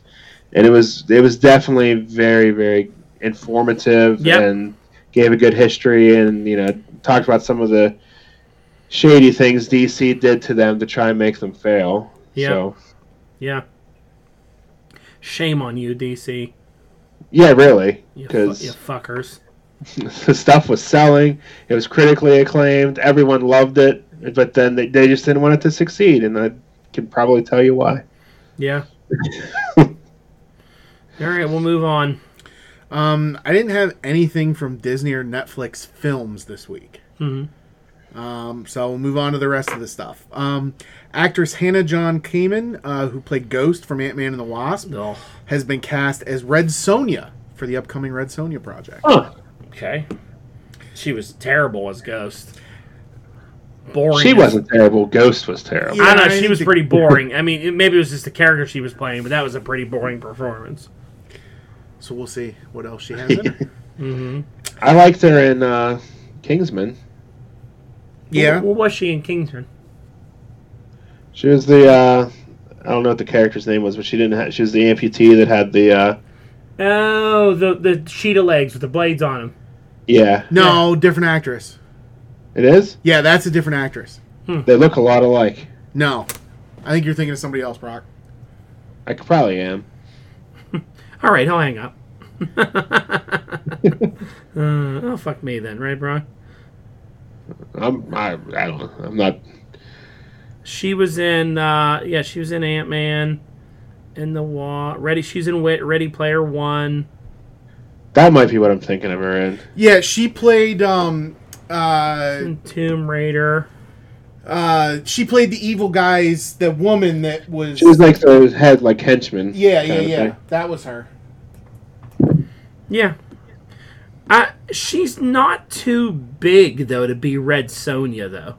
Speaker 3: and it was it was definitely very very informative
Speaker 1: Yep.
Speaker 3: and gave a good history and you know talked about some of the shady things DC did to them to try and make them fail.
Speaker 1: Yeah.
Speaker 3: So,
Speaker 1: Yeah. Shame on you, DC.
Speaker 3: yeah, really,
Speaker 1: You, fu-
Speaker 3: because
Speaker 1: you fuckers.
Speaker 3: the stuff was selling. It was critically acclaimed. Everyone loved it, but then they, they just didn't want it to succeed, and I can probably tell you why.
Speaker 1: Yeah. All right, we'll move on.
Speaker 2: Um, I didn't have anything from Disney or Netflix films this week.
Speaker 1: Mhm.
Speaker 2: Um, so we'll move on to the rest of the stuff. Um, actress Hannah John Kamen, uh, who played Ghost from Ant Man and the Wasp,
Speaker 1: Oh,
Speaker 2: has been cast as Red Sonia for the upcoming Red Sonia project.
Speaker 3: Huh.
Speaker 1: okay. She was terrible as Ghost. Boring.
Speaker 3: She
Speaker 1: as-
Speaker 3: wasn't terrible. Ghost was terrible.
Speaker 1: I don't know.
Speaker 2: Yeah, I
Speaker 1: She was
Speaker 2: think-
Speaker 1: pretty boring. I mean, it- maybe it was just the character she was playing, but that was a pretty boring performance.
Speaker 2: So we'll see what else she has in her.
Speaker 3: I liked her in uh, Kingsman.
Speaker 2: yeah.
Speaker 1: What was she in Kingsman?
Speaker 3: She was the uh, I don't know what the character's name was, but she didn't. Ha- she was the amputee that had the uh,
Speaker 1: Oh, the the sheet of legs with the blades on them.
Speaker 3: yeah.
Speaker 2: No, different actress.
Speaker 3: It is.
Speaker 2: Yeah, that's a different actress.
Speaker 3: They look a lot alike.
Speaker 2: No. I think you're thinking of somebody else, Brock.
Speaker 3: I c- probably am.
Speaker 1: All right, I'll hang up. uh, oh fuck me then, right, Brock?
Speaker 3: I'm. I, I don't. know. I'm not.
Speaker 1: She was in uh yeah, she was in Ant Man in the Wa Ready she's in Wit Ready Player One.
Speaker 3: That might be what I'm thinking of her in.
Speaker 2: Yeah, she played um uh
Speaker 1: in Tomb Raider.
Speaker 2: uh she played the evil guys, the woman that was
Speaker 3: She was like the head, like henchman.
Speaker 2: Yeah, yeah,
Speaker 3: kind of
Speaker 2: yeah.
Speaker 3: thing.
Speaker 2: That was her.
Speaker 1: Yeah. I she's not too big though to be Red Sonia though.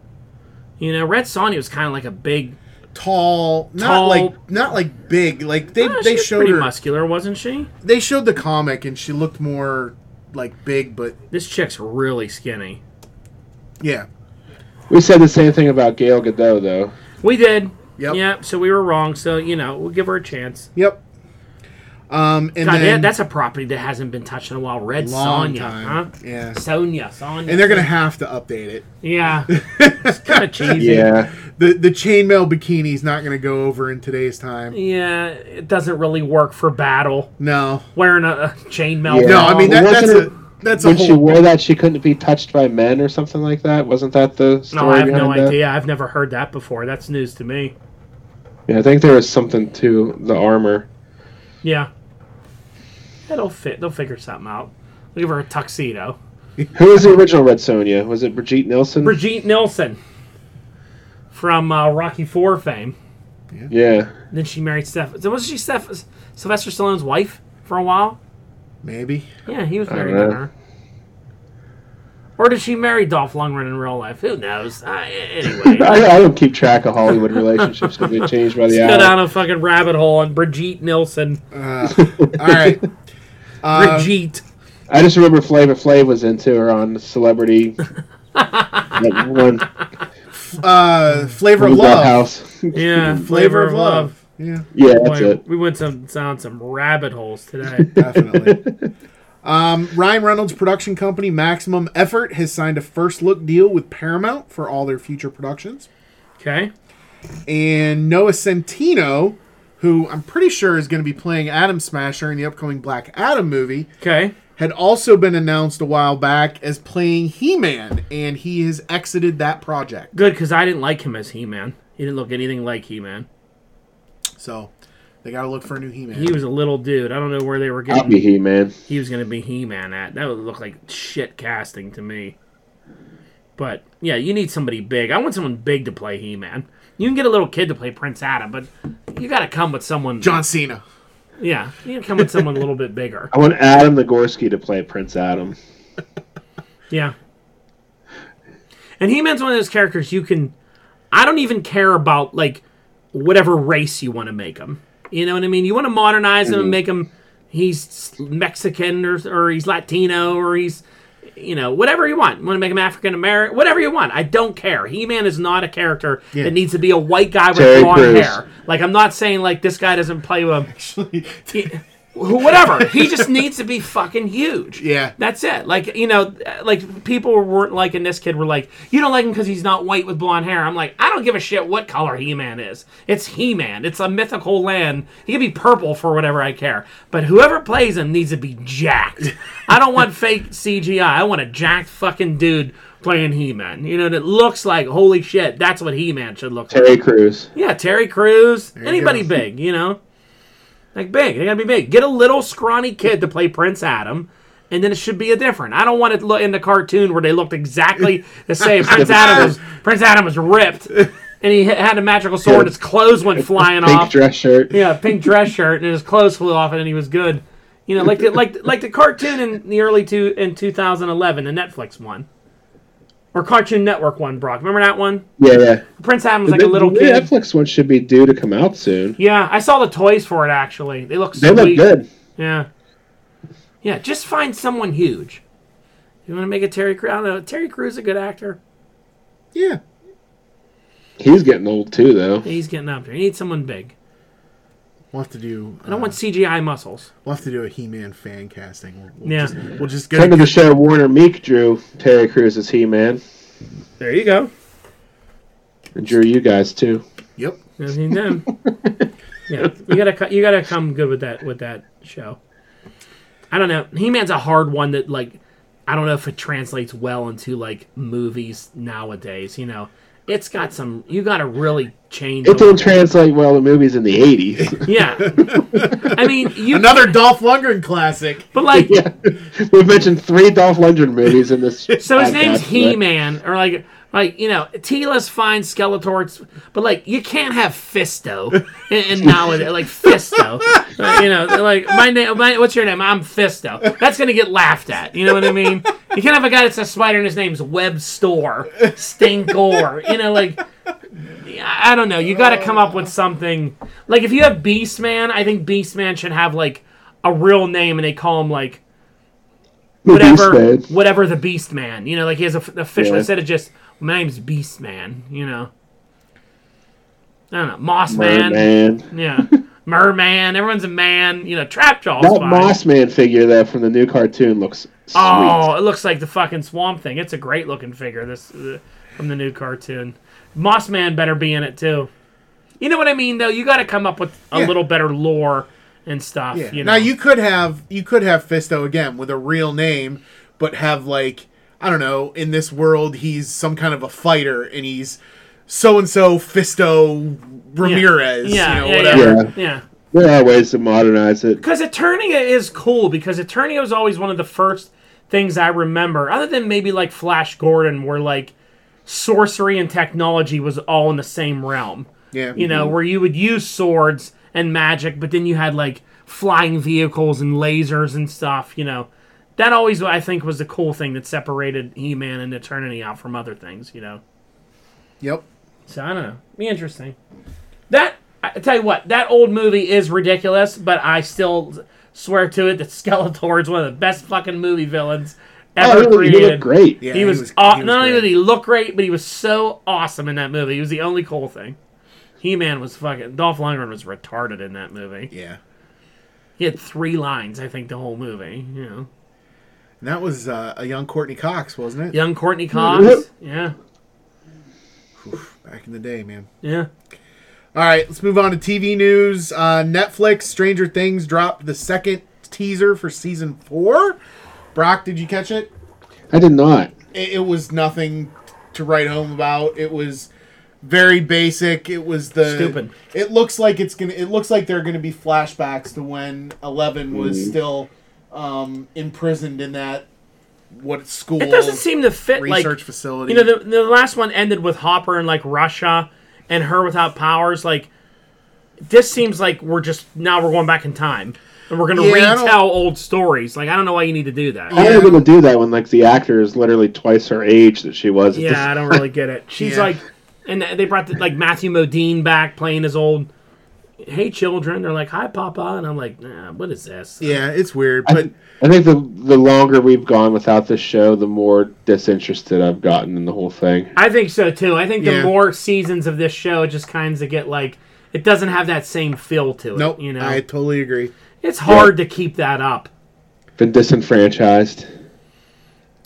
Speaker 1: You know, Red Sonia was kinda like a big
Speaker 2: Tall, not
Speaker 1: Tall.
Speaker 2: like not like big. Like they
Speaker 1: Ah, she
Speaker 2: they
Speaker 1: was
Speaker 2: showed
Speaker 1: pretty
Speaker 2: her
Speaker 1: muscular, wasn't she?
Speaker 2: they showed the comic and she looked more like big, but
Speaker 1: This chick's really skinny.
Speaker 2: yeah.
Speaker 3: We said the same thing about Gail Godot, though.
Speaker 1: We did.
Speaker 2: Yep.
Speaker 1: Yep, so we were wrong, so you know, we'll give her a chance.
Speaker 2: Yep. Um and
Speaker 1: God,
Speaker 2: then
Speaker 1: that, that's a property that hasn't been touched in a while. Red
Speaker 2: long
Speaker 1: Sonya,
Speaker 2: time.
Speaker 1: huh?
Speaker 2: Yeah.
Speaker 1: Sonya, Sonya.
Speaker 2: And they're gonna have to update it.
Speaker 1: Yeah. it's kind of cheesy.
Speaker 3: Yeah,
Speaker 2: The the chainmail bikini's not gonna go over in today's time.
Speaker 1: Yeah, it doesn't really work for battle.
Speaker 2: No.
Speaker 1: Wearing a, a chainmail.
Speaker 3: Yeah.
Speaker 2: No, I mean that,
Speaker 3: Wasn't
Speaker 2: that's
Speaker 3: it-
Speaker 2: a that's a
Speaker 3: when she
Speaker 2: whole
Speaker 3: wore that, she couldn't be touched by men or something like that. Wasn't that the story?
Speaker 1: No, I have no
Speaker 3: behind that?
Speaker 1: idea. I've never heard that before. That's news to me.
Speaker 3: Yeah, I think there was something to the armor.
Speaker 1: Yeah. It'll fit. They'll figure something out. We'll give her a tuxedo.
Speaker 3: Who was the original Red Sonia? Was it Brigitte Nielsen?
Speaker 1: Brigitte Nielsen from uh, Rocky Four fame.
Speaker 3: yeah,
Speaker 1: Then she married Steph. Wasn't she Steph- Sylvester Stallone's wife for a while?
Speaker 2: maybe.
Speaker 1: Yeah, he was married
Speaker 3: know.
Speaker 1: to her. Or did she marry Dolph Lundgren in real life? Who knows? Uh,
Speaker 3: I,
Speaker 1: anyway,
Speaker 3: I don't keep track of Hollywood relationships because they change by the
Speaker 1: go
Speaker 3: hour.
Speaker 1: down a fucking rabbit hole on Brigitte Nielsen.
Speaker 2: Uh, all right. Uh,
Speaker 1: Brigitte.
Speaker 3: I just remember Flavor Flav was into her on Celebrity. that one
Speaker 2: Uh, Flavor of
Speaker 3: Blue Bell
Speaker 2: Love.
Speaker 3: House.
Speaker 1: Yeah, flavor of love.
Speaker 2: Yeah,
Speaker 3: Yeah, that's
Speaker 1: Boy,
Speaker 3: it.
Speaker 1: we went some down some rabbit holes today.
Speaker 2: definitely. um, Ryan Reynolds' production company, Maximum Effort, has signed a first look deal with Paramount for all their future productions.
Speaker 1: okay.
Speaker 2: and Noah Centino, who I'm pretty sure is going to be playing Adam Smasher in the upcoming Black Adam movie,
Speaker 1: Okay.
Speaker 2: had also been announced a while back as playing He Man, and he has exited that project.
Speaker 1: Good, because I didn't like him as He Man. He didn't look anything like He Man.
Speaker 2: So they got to look for a new He Man.
Speaker 1: He was a little dude. I don't know where they were
Speaker 3: I'll
Speaker 1: getting.
Speaker 3: be he man.
Speaker 1: he was going to be He Man at. That would look like shit casting to me. But yeah, you need somebody big. I want someone big to play He Man. You can get a little kid to play Prince Adam, but you got to come with someone.
Speaker 2: John Cena.
Speaker 1: Yeah, you gotta come with someone a little bit bigger.
Speaker 3: I want Adam Nagorski to play Prince Adam.
Speaker 1: Yeah. And He Man's one of those characters you can. I don't even care about, like, whatever race you want to make him. You know what I mean? You want to modernize him
Speaker 3: Mm-hmm.
Speaker 1: and make him. He's Mexican or, or he's Latino or he's. You know, whatever you want. You want to make him African American, whatever you want. I don't care. He Man is not a character that needs to be a white guy with
Speaker 3: Terry
Speaker 1: blonde
Speaker 3: Crews.
Speaker 1: hair. Like, I'm not saying, like, this guy doesn't play with.
Speaker 2: Actually,
Speaker 1: whatever. He just needs to be fucking huge.
Speaker 2: Yeah.
Speaker 1: That's it. Like, you know, like people weren't liking this kid were like, you don't like him because he's not white with blonde hair. I'm like, I don't give a shit what color He Man is. It's He Man. It's a mythical land. He can be purple for whatever I care. But whoever plays him needs to be jacked. I don't want fake CGI. I want a jacked fucking dude playing He Man. You know, that looks like, holy shit, that's what He Man should look like.
Speaker 3: Terry Crews.
Speaker 1: Yeah, Terry Crews, anybody
Speaker 2: go.
Speaker 1: big, you know, like big. They gotta be big. Get a little scrawny kid to play Prince Adam, and then it should be a different. I don't want it look in the cartoon where they looked exactly the same. Prince Adam was Prince Adam was ripped, and he ha- had a magical sword. His clothes went flying
Speaker 3: Pink
Speaker 1: off.
Speaker 3: dress shirt.
Speaker 1: Yeah, pink dress shirt, and his clothes flew off, and then he was good. You know, like the, like like the cartoon in the early two in 2011, the Netflix one, or Cartoon Network one. Brock, remember that one?
Speaker 3: Yeah, yeah.
Speaker 1: Prince Adam was like a
Speaker 3: The-
Speaker 1: little
Speaker 3: the
Speaker 1: kid.
Speaker 3: Netflix one should be due to come out soon.
Speaker 1: Yeah, I saw the toys for it actually. They look
Speaker 3: They
Speaker 1: sweet.
Speaker 3: look good.
Speaker 1: Yeah. Yeah, just find someone huge. You want to make a Terry Crews? I don't know. Terry Crews is a good actor.
Speaker 2: yeah.
Speaker 3: He's getting old too, though.
Speaker 1: He's getting up there. You need someone big.
Speaker 2: We'll have to do. uh,
Speaker 1: I don't want CGI muscles.
Speaker 2: We'll have to do a He-Man fan casting. We'll, we'll
Speaker 1: Yeah.
Speaker 2: just, we'll just get.
Speaker 3: Friend of the show, Warner Meek, drew Terry Crews as He Man,
Speaker 1: There you go.
Speaker 3: and drew you guys too.
Speaker 2: Yep.
Speaker 1: yeah, you gotta co- you gotta come good with that with that show. I don't know. He Man's a hard one that like I don't know if it translates well into like movies nowadays. You know, it's got some. You gotta really change.
Speaker 3: It
Speaker 1: the-
Speaker 3: didn't translate well to movies in the '80s.
Speaker 1: Yeah. I mean, you.
Speaker 2: Another Dolph Lundgren classic.
Speaker 1: but like,
Speaker 3: yeah, we've mentioned three Dolph Lundgren movies in this.
Speaker 1: so his
Speaker 3: podcast,
Speaker 1: name's
Speaker 3: but-
Speaker 1: He Man, or like, like you know, Tila's fine, Skeletor's, but like, you can't have Fisto, and, and now it- like Fisto, Uh, you know, like my name, my, what's your name? I'm Fisto. That's gonna get laughed at. You know what I mean? You can't have a guy that's a spider and his name's Web Store, Stinkor. You know, like. I I don't know. You got to come up with something. Like if you have Beastman, I think Beastman should have like a real name, and they call him like
Speaker 3: The
Speaker 1: whatever,
Speaker 3: Beast Man.
Speaker 1: whatever the Beast Man. You know, like he has a f- official
Speaker 3: Yeah.
Speaker 1: instead of just my name's Beast Man. You know, I don't know, Moss Man.
Speaker 3: Merman.
Speaker 1: Yeah, Merman. Everyone's a man. You know, Trap Jaw's
Speaker 3: That
Speaker 1: fine.
Speaker 3: Moss Man figure though from the new cartoon looks sweet.
Speaker 1: Oh, it looks like the fucking Swamp Thing. It's a great looking figure. This uh, from the new cartoon. Moss Man better be in it too. You know what I mean, though. You got to come up with a
Speaker 2: Yeah.
Speaker 1: little better lore and stuff.
Speaker 2: Yeah.
Speaker 1: You know?
Speaker 2: Now you could have you could have Fisto again with a real name, but have like I don't know. In this world, he's some kind of a fighter, and he's so and so Fisto Ramirez.
Speaker 1: yeah,
Speaker 2: you know,
Speaker 1: yeah,
Speaker 2: whatever.
Speaker 1: yeah, yeah.
Speaker 3: There are ways to modernize it.
Speaker 1: Because Eternia is cool because Eternia was always one of the first things I remember, other than maybe like Flash Gordon, where like sorcery and technology was all in the same realm.
Speaker 2: Yeah.
Speaker 1: You know, where you would use swords and magic, but then you had like flying vehicles and lasers and stuff, you know. That always I think was the cool thing that separated He Man and Eternity out from other things, you know.
Speaker 2: Yep.
Speaker 1: So I don't know. Be interesting. That I I tell you what, that old movie is ridiculous, but I still swear to it that Skeletor is one of the best fucking movie villains
Speaker 3: Oh,
Speaker 1: ever
Speaker 3: he looked- he
Speaker 1: created.
Speaker 3: looked great.
Speaker 1: He was, aw- not only did
Speaker 4: great.
Speaker 1: he look great, but he was so awesome in that movie. He was the only cool thing. He Man was fucking Dolph Lundgren was retarded in that movie.
Speaker 4: yeah.
Speaker 1: He had three lines, I think, the whole movie. You know,
Speaker 2: And that was uh, a young Courtney Cox, wasn't it?
Speaker 1: young Courtney Cox. Yeah,
Speaker 2: Back in the day, man.
Speaker 1: yeah.
Speaker 2: All right, let's move on to TV news. Uh, Netflix Stranger Things dropped the second teaser for season four. Brock, did you catch it?
Speaker 3: I did not.
Speaker 2: it, it was nothing to write home about. It was very basic. It was the
Speaker 1: Stupid.
Speaker 2: It looks like it's gonna. It looks like there are gonna be flashbacks to when Eleven was still um, imprisoned in that what school
Speaker 1: It doesn't seem to fit
Speaker 2: research
Speaker 1: like
Speaker 2: facility.
Speaker 1: you know the, the last one ended with Hopper and like Russia and her without powers. Like this seems like we're just now we're going back in time and we're gonna
Speaker 2: Yeah, I don't-
Speaker 1: retell old stories. Like I don't know why you need to do that.
Speaker 3: How are you going to do that when like the actor is literally twice her age that she was? at this-
Speaker 1: Yeah, I don't really get it. She's
Speaker 2: Yeah.
Speaker 1: like, and they brought the, like Matthew Modine back playing his old. Hey, children! They're like, "Hi, Papa," and I'm like, nah, "What is this?"
Speaker 2: yeah, it's weird,
Speaker 3: I,
Speaker 2: but
Speaker 3: I think the the longer we've gone without this show, the more disinterested I've gotten in the whole thing.
Speaker 1: I think so too. I think
Speaker 2: Yeah.
Speaker 1: the more seasons of this show, it just kind of get like it doesn't have that same feel to it.
Speaker 2: nope.
Speaker 1: you know,
Speaker 2: I totally agree.
Speaker 1: it's hard to keep that up.
Speaker 3: Been disenfranchised.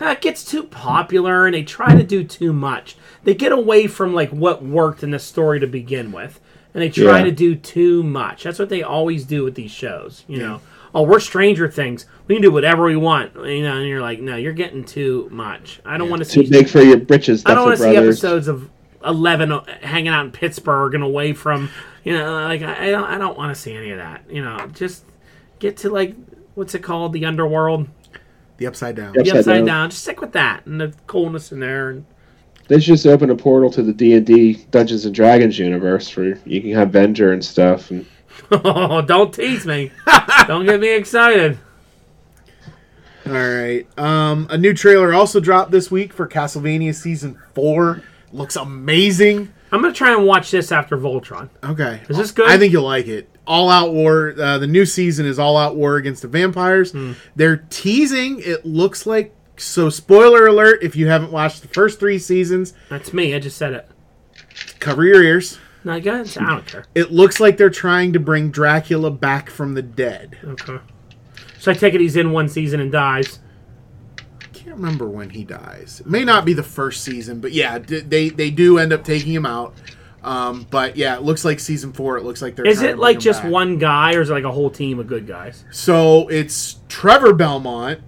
Speaker 1: Uh, It gets too popular, and they try to do too much. They get away from like what worked in the story to begin with, and they try
Speaker 3: Yeah.
Speaker 1: to do too much. That's what they always do with these shows. You know, oh, we're Stranger Things. We can do whatever we want. You know, and you're like, no, you're getting too much. I don't want to
Speaker 3: Too
Speaker 1: see.
Speaker 3: big for your britches,
Speaker 1: I don't
Speaker 3: Duffer
Speaker 1: want to see
Speaker 3: Brothers.
Speaker 1: episodes of Eleven uh, hanging out in Pittsburgh and away from. You know, like I I don't. I don't want to see any of that. You know, just get to like what's it called, the underworld
Speaker 2: The upside down.
Speaker 3: Yep.
Speaker 1: the
Speaker 3: Upside
Speaker 1: upside down.
Speaker 3: down.
Speaker 1: Just stick with that and the coolness in there. And
Speaker 3: They should just open a portal to the D and D Dungeons and Dragons universe where you can have Venger and stuff. And
Speaker 1: oh, don't tease me. don't get me excited.
Speaker 2: All right. Um, a new trailer also dropped this week for Castlevania season four. Looks amazing.
Speaker 1: I'm gonna try and watch this after Voltron.
Speaker 2: Okay.
Speaker 1: Is this good?
Speaker 2: I think you'll like it. All Out War. Uh, the new season is All Out War against the vampires. They're teasing. It looks like. So, spoiler alert! If you haven't watched the first three seasons,
Speaker 1: That's me. I just said it.
Speaker 2: cover your ears.
Speaker 1: No, I guess I don't care.
Speaker 2: It looks like they're trying to bring Dracula back from the dead.
Speaker 1: Okay. So I take it he's in one season and dies.
Speaker 2: I can't remember when he dies. It may not be the first season, but yeah, d- they they do end up taking him out. Um, but yeah, it looks like season four. It looks like they're.
Speaker 1: Is
Speaker 2: trying to
Speaker 1: it
Speaker 2: bring
Speaker 1: like
Speaker 2: him
Speaker 1: just
Speaker 2: back.
Speaker 1: one guy, or is it like a whole team of good guys?
Speaker 2: So it's Trevor Belmont.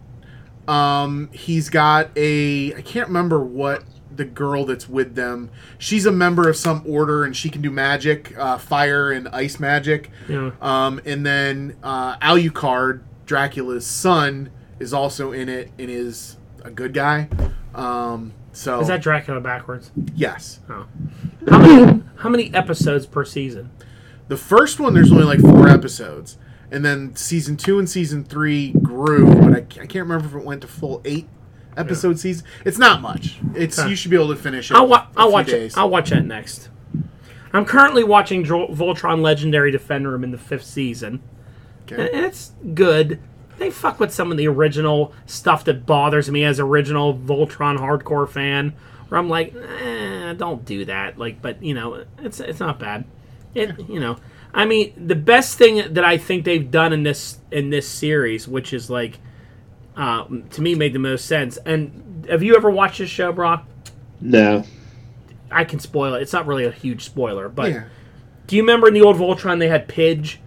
Speaker 2: Um, he's got a I can't remember what the girl that's with them. She's a member of some order and she can do magic, uh, fire and ice magic.
Speaker 1: Yeah.
Speaker 2: Um, and then uh, Alucard, Dracula's son, is also in it and is a good guy. Um, so
Speaker 1: Is that Dracula backwards?
Speaker 2: yes,
Speaker 1: Oh. How many how many episodes per season?
Speaker 2: the first one there's only like four episodes, and then season two and season three grew, but I, ca- I can't remember if it went to full eight episode season. It's not much. It's
Speaker 1: Okay.
Speaker 2: you should be able to finish it.
Speaker 1: I'll, wa-
Speaker 2: in a
Speaker 1: I'll
Speaker 2: few
Speaker 1: watch
Speaker 2: days.
Speaker 1: it. I'll watch that next. I'm currently watching Dro- Voltron Legendary Defender. I'm in the fifth season,
Speaker 2: Okay.
Speaker 1: and it's good. They fuck with some of the original stuff that bothers me as original Voltron hardcore fan, where I'm like, eh, don't do that. Like, but you know, it's it's not bad. It you know, I mean, the best thing that I think they've done in this in this series, which is like, uh, to me, made the most sense. And have you ever watched this show, Brock?
Speaker 3: no,
Speaker 1: I can spoil it. It's not really a huge spoiler, but
Speaker 2: yeah,
Speaker 1: do you remember in the old Voltron they had Pidge,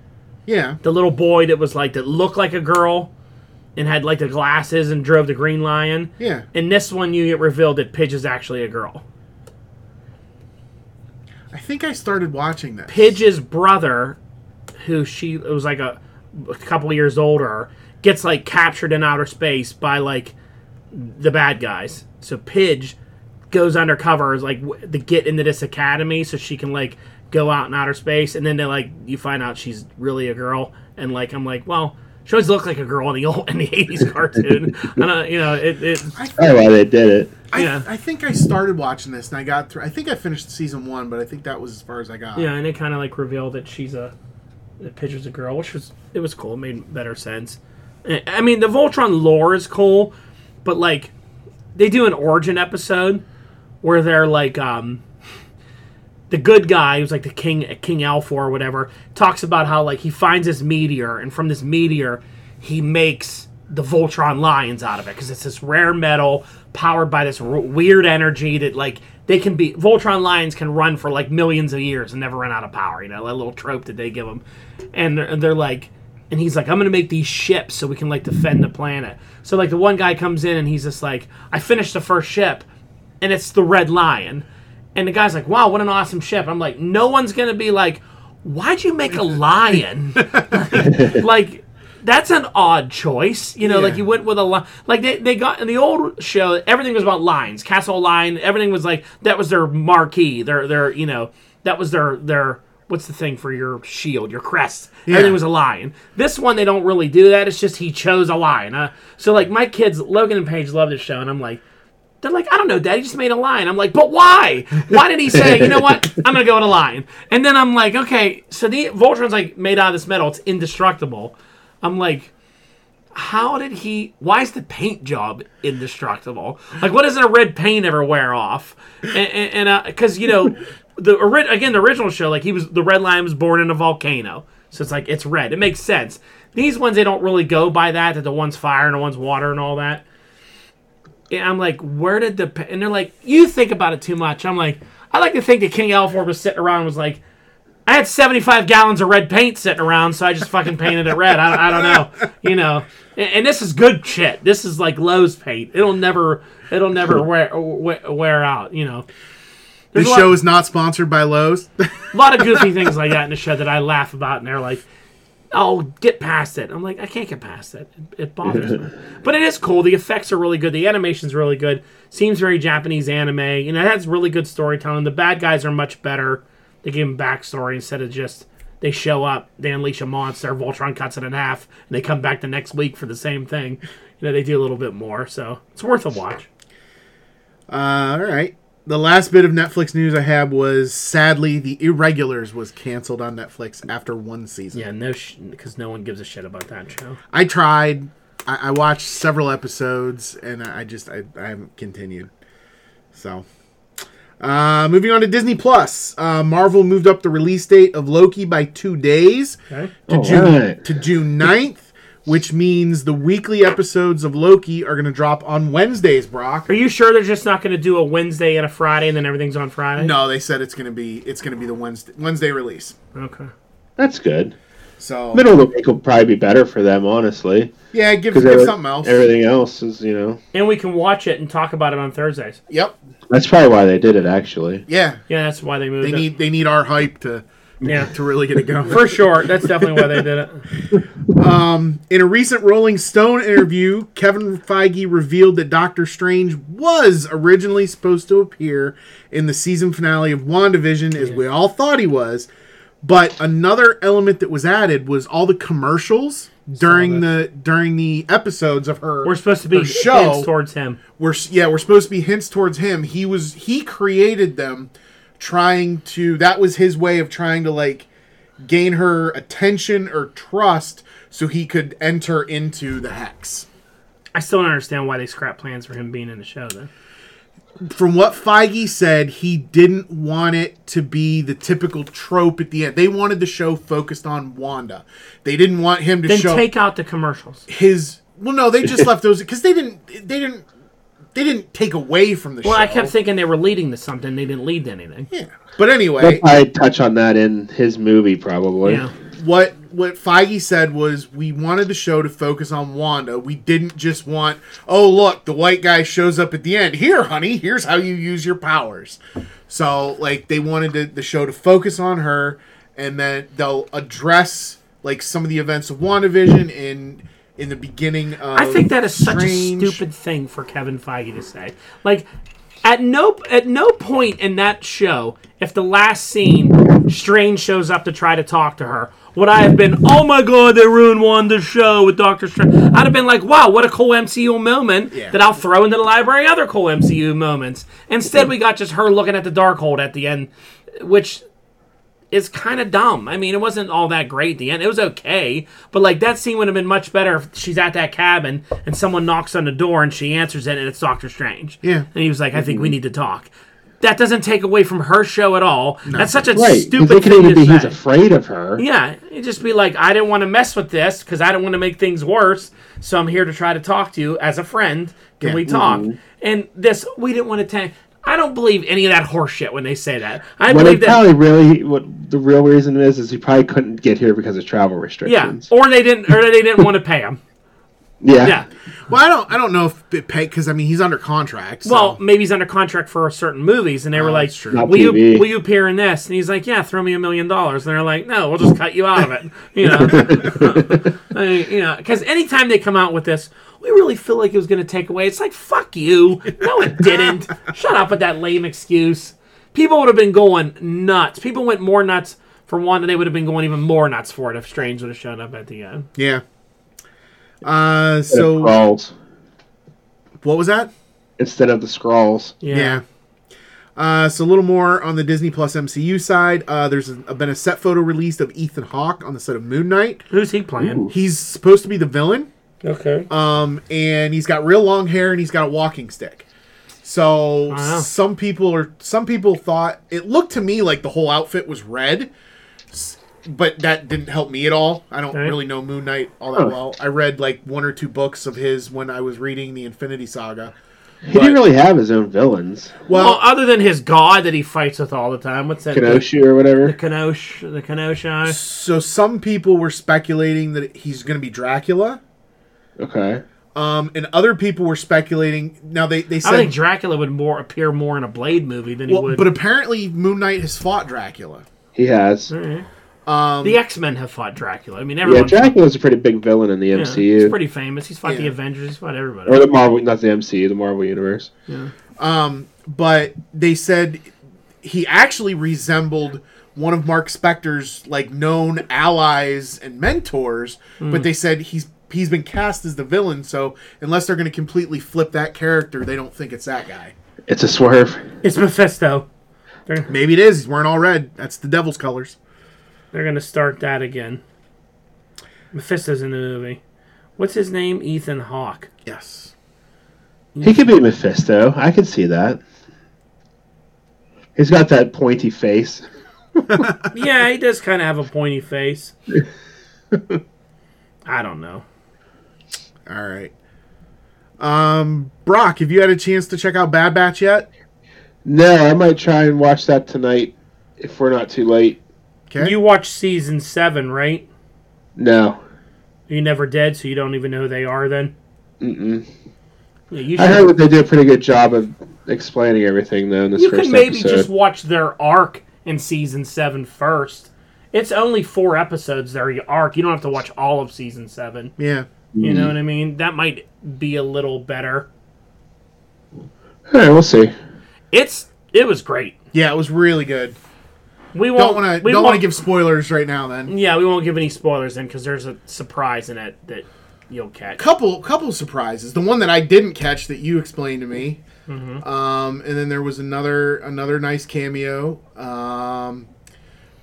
Speaker 2: yeah.
Speaker 1: the little boy that was like that looked like a girl and had like the glasses and drove the Green Lion?
Speaker 2: Yeah.
Speaker 1: In this one, you get revealed that Pidge is actually a girl.
Speaker 2: I think I started watching this.
Speaker 1: Pidge's brother, who she it was like a, a couple years older, gets like captured in outer space by like the bad guys. So Pidge goes undercover is like w- to get into this academy so she can like go out in outer space and then they like you find out she's really a girl and like I'm like well she always looked like a girl in the old in the 80s cartoon I don't you know it, it
Speaker 2: I think
Speaker 3: I don't know why they did it.
Speaker 2: I,
Speaker 1: Yeah.
Speaker 2: I think I started watching this and I got through. I think I finished season one, but I think that was as far as I got.
Speaker 1: yeah and it kind of like revealed that she's a the pictures of girl, which was it was cool. It made better sense. I I mean, the Voltron lore is cool, but like they do an origin episode where they're like um the good guy who's like the king king alpha or whatever talks about how like he finds this meteor and from this meteor he makes the voltron lions out of it because it's this rare metal powered by this r- weird energy that like they can be voltron lions can run for like millions of years and never run out of power you know that little trope that they give them and they're, and they're like and he's like, I'm gonna make these ships so we can like defend the planet. So like the one guy comes in and he's just like, I finished the first ship, and it's the Red Lion, and the guy's like, Wow, what an awesome ship! I'm like, no one's gonna be like, Why'd you make a lion? like that's an odd choice you know like
Speaker 2: Yeah.
Speaker 1: you went with a lion like they, they got in the old show everything was about lions castle lion everything was like that was their marquee their their you know that was their their what's the thing for your shield your crest everything was a lion this one they don't really do that it's just he chose a lion uh, so like my kids logan and paige love this show and i'm like they're like, I don't know, Dad. He just made a line. I'm like, but why? Why did he say, you know what? I'm gonna go with a line? And then I'm like, okay. So the Voltron's like made out of this metal. It's indestructible. I'm like, how did he? Why is the paint job indestructible? Like, what doesn't a red paint ever wear off? And because you know, the ori- again the original show, like he was the red lion was born in a volcano, so it's like it's red. It makes sense. These ones they don't really go by that. That the one's fire and the one's water and all that. And I'm like, where did the pa-? and they're like, you think about it too much. I'm like, I like to think that King Alford was sitting around and was like, I had 75 gallons of red paint sitting around, so I just fucking painted it red. I, I don't know, you know. And, and this is good shit. This is like Lowe's paint. It'll never, it'll never wear wear, wear out. You know,
Speaker 2: This
Speaker 1: a lot-
Speaker 2: show is not sponsored by Lowe's. Uh,
Speaker 1: a lot of goofy things like that in the show that I laugh about, and they're like, "Oh, get past it." I'm like, I can't get past it. It, it bothers me. But it is cool. The effects are really good. The animation's really good. Seems very Japanese anime. You know, it has really good storytelling. The bad guys are much better. They give them backstory instead of just they show up, they unleash a monster, Voltron cuts it in half, and they come back the next week for the same thing. You know, they do a little bit more, so it's worth a watch.
Speaker 2: Uh, all right. The last bit of Netflix news I had was sadly The Irregulars was canceled on Netflix after one season.
Speaker 1: Yeah, no, because no one gives a shit about that show.
Speaker 2: I tried. I, I watched several episodes, and I I just I, I haven't continued. So, uh, moving on to Disney Plus, uh, Marvel moved up the release date of Loki by two days
Speaker 1: Okay.
Speaker 2: to
Speaker 3: All
Speaker 2: June
Speaker 3: right.
Speaker 2: to June 9th, which means the weekly episodes of Loki are going to drop on Wednesdays. Brock.
Speaker 1: Are you sure they're just not going to do a Wednesday and a Friday and then everything's on Friday?
Speaker 2: No, they said it's going to be it's going to be the Wednesday Wednesday release.
Speaker 1: Okay.
Speaker 3: That's good.
Speaker 2: So
Speaker 3: Middle of the week will probably be better for them, honestly.
Speaker 2: yeah, give,
Speaker 3: Because
Speaker 2: give something else.
Speaker 3: everything else is, you know.
Speaker 1: And we can watch it and talk about it on Thursdays.
Speaker 2: Yep.
Speaker 3: That's probably why they did it, actually.
Speaker 2: Yeah.
Speaker 1: Yeah, that's why they moved
Speaker 2: They
Speaker 1: it.
Speaker 2: need they need our hype to
Speaker 1: yeah.
Speaker 2: to really get it going.
Speaker 1: For sure, that's definitely why they did it.
Speaker 2: In a recent Rolling Stone interview, Kevin Feige revealed that Doctor Strange was originally supposed to appear in the season finale of WandaVision, as we all thought he was. But another element that was added was all the commercials during the during the episodes of her.
Speaker 1: We're supposed to be
Speaker 2: her show.
Speaker 1: show. towards him.
Speaker 2: we're s- yeah, we're supposed to be hints towards him. He was he created them, trying to that was his way of trying to like gain her attention or trust so he could enter into the hex.
Speaker 1: I still don't understand why they scrapped plans for him being in the show, though.
Speaker 2: From what Feige said, he didn't want it to be the typical trope at the end. They wanted the show focused on Wanda. They didn't want him to
Speaker 1: Then
Speaker 2: show
Speaker 1: take out the commercials.
Speaker 2: his. Well, no, they just left those because they didn't. They didn't. They didn't take away from the show.
Speaker 1: Well, I kept thinking they were leading to something. They didn't lead to anything.
Speaker 2: Yeah. But
Speaker 3: They'll
Speaker 2: anyway,
Speaker 3: probably touch on that in his movie, probably.
Speaker 1: Yeah.
Speaker 2: what what Feige said was we wanted the show to focus on Wanda. We didn't just want, oh look, the white guy shows up at the end. Here, honey, here's how you use your powers. So like they wanted to, the show to focus on her, and then they'll address like some of the events of WandaVision in in the beginning. Of
Speaker 1: I think that is such
Speaker 2: Strange.
Speaker 1: a stupid thing for Kevin Feige to say. Like, at no at no point in that show, if the last scene Strange shows up to try to talk to her, would I have been, oh my god, they ruined Wanda's show with Doctor Strange? I'd have been like, wow, what a cool MCU moment
Speaker 2: Yeah.
Speaker 1: that I'll throw into the library other cool MCU moments. Instead, we got just her looking at the Darkhold at the end, which is kind of dumb. I mean, it wasn't all that great. At the end, it was okay, but like that scene would have been much better if she's at that cabin and someone knocks on the door and she answers it and it's Doctor Strange.
Speaker 2: Yeah. Mm-hmm.
Speaker 1: and he was like, "I think we need to talk." That doesn't take away from her show at all. That's such a
Speaker 3: Right. 'cause
Speaker 1: stupid
Speaker 3: It could
Speaker 1: thing
Speaker 3: even
Speaker 1: to
Speaker 3: be
Speaker 1: say.
Speaker 3: he's afraid of her.
Speaker 1: Yeah, you just be like, I didn't want to mess with this because I don't want to make things worse. So I'm here to try to talk to you as a friend. Can
Speaker 2: Yeah. Mm-hmm.
Speaker 1: we talk? And this, we didn't want to. Ta- I don't believe any of that horseshit when they say that. I
Speaker 3: What
Speaker 1: believe
Speaker 3: it
Speaker 1: that.
Speaker 3: probably really, what the real reason is, is he probably couldn't get here because of travel
Speaker 1: yeah,
Speaker 3: restrictions.
Speaker 1: or they didn't, or they didn't want to pay him.
Speaker 3: Yeah.
Speaker 1: Yeah.
Speaker 2: Well, I don't. I don't know if it paid because I mean he's under contract. So.
Speaker 1: Well, maybe he's under contract for certain movies, and they were like,
Speaker 2: that's true.
Speaker 1: "Will
Speaker 2: Not
Speaker 1: you
Speaker 3: TV.
Speaker 1: will you appear in this?" And he's like, "Yeah, throw me a million dollars." And they're like, "No, we'll just cut you out of it." You know, I mean, you know, because anytime they come out with this, we really feel like it was going to take away. It's like, "Fuck you!" No, it didn't. Shut up with that lame excuse. People would have been going nuts. People went more nuts for one, and they would have been going even more nuts for it if Strange would have shown up at the end.
Speaker 2: yeah. Uh,
Speaker 3: Instead of
Speaker 2: so
Speaker 3: scrolls
Speaker 2: what was that?
Speaker 3: instead of the scrolls.
Speaker 1: Yeah.
Speaker 2: Yeah. Uh, so a little more on the Disney Plus MCU side. Uh, there's a, been a set photo released of Ethan Hawke on the set of Moon Knight.
Speaker 1: who's he playing?
Speaker 2: He's supposed to be the villain,
Speaker 1: Okay,
Speaker 2: um, and he's got real long hair and he's got a walking stick. So
Speaker 1: Wow.
Speaker 2: some people are some people thought it looked to me like the whole outfit was red, s- but that didn't help me at all. I don't
Speaker 1: Right.
Speaker 2: really know Moon Knight all that
Speaker 3: Huh.
Speaker 2: well. I read like one or two books of his when I was reading the Infinity Saga.
Speaker 3: He didn't really have his own villains.
Speaker 1: Well,
Speaker 2: Well,
Speaker 1: other than his god that he fights with all the time, what's that?
Speaker 3: Kenoshi or
Speaker 1: The
Speaker 3: whatever.
Speaker 1: Kenosha, the Kenosha.
Speaker 2: So some people were speculating that he's going to be Dracula,
Speaker 3: Okay.
Speaker 2: um, and other people were speculating. Now they they
Speaker 1: I think
Speaker 2: said,
Speaker 1: Dracula would more appear more in a Blade movie than he
Speaker 2: well,
Speaker 1: would.
Speaker 2: but apparently Moon Knight has fought Dracula.
Speaker 3: He has.
Speaker 1: Alright.
Speaker 2: Um,
Speaker 1: the X Men have fought Dracula. I mean,
Speaker 3: Yeah,
Speaker 1: everyone.
Speaker 3: Dracula's a pretty big villain in the
Speaker 1: yeah,
Speaker 3: MCU.
Speaker 1: he's pretty famous. He's fought the
Speaker 2: Yeah.
Speaker 1: Avengers. He's fought everybody.
Speaker 3: or the Marvel, not the MCU, the Marvel Universe.
Speaker 2: um, but they said he actually resembled one of Mark Spector's like known allies and mentors.
Speaker 1: Hmm.
Speaker 2: But they said he's he's been cast as the villain, so unless they're going to completely flip that character, they don't think it's that guy.
Speaker 3: It's a swerve.
Speaker 1: It's Mephisto. They're,
Speaker 2: Maybe it is. He's wearing all red. That's the devil's colors.
Speaker 1: they're gonna start that again. Mephisto's in the movie. What's his name? Ethan Hawke.
Speaker 2: Yes.
Speaker 3: He could be Mephisto. I could see that. He's got that pointy face.
Speaker 1: Yeah, he does kind of have a pointy face. I don't know.
Speaker 2: All right. Um, Brock, have you had a chance to check out Bad Batch yet?
Speaker 3: No, I might try and watch that tonight if we're not too late.
Speaker 2: Okay.
Speaker 1: You watched season seven, right?
Speaker 3: No.
Speaker 1: You never did, so you don't even know who they are. Then
Speaker 3: Mm-mm.
Speaker 1: yeah, you
Speaker 3: I heard
Speaker 1: should.
Speaker 3: that they did a pretty good job of explaining everything, though, in this
Speaker 1: You
Speaker 3: first
Speaker 1: can maybe
Speaker 3: episode.
Speaker 1: just watch their arc in season seven first. It's only four episodes. Their arc. You don't have to watch all of season seven.
Speaker 2: Yeah.
Speaker 1: You
Speaker 3: Mm.
Speaker 1: know what I mean? That might be a little better.
Speaker 3: All right, we'll see.
Speaker 1: It's it was great.
Speaker 2: Yeah, it was really good.
Speaker 1: We won't.
Speaker 2: Don't want to
Speaker 1: we
Speaker 2: don't want
Speaker 1: won't-
Speaker 2: to give spoilers right now then.
Speaker 1: Yeah, we won't give any spoilers in because there's a surprise in it that you'll catch.
Speaker 2: Couple couple surprises. The one that I didn't catch that you explained to me.
Speaker 1: Mm-hmm.
Speaker 2: Um, and then there was another another nice cameo. Um,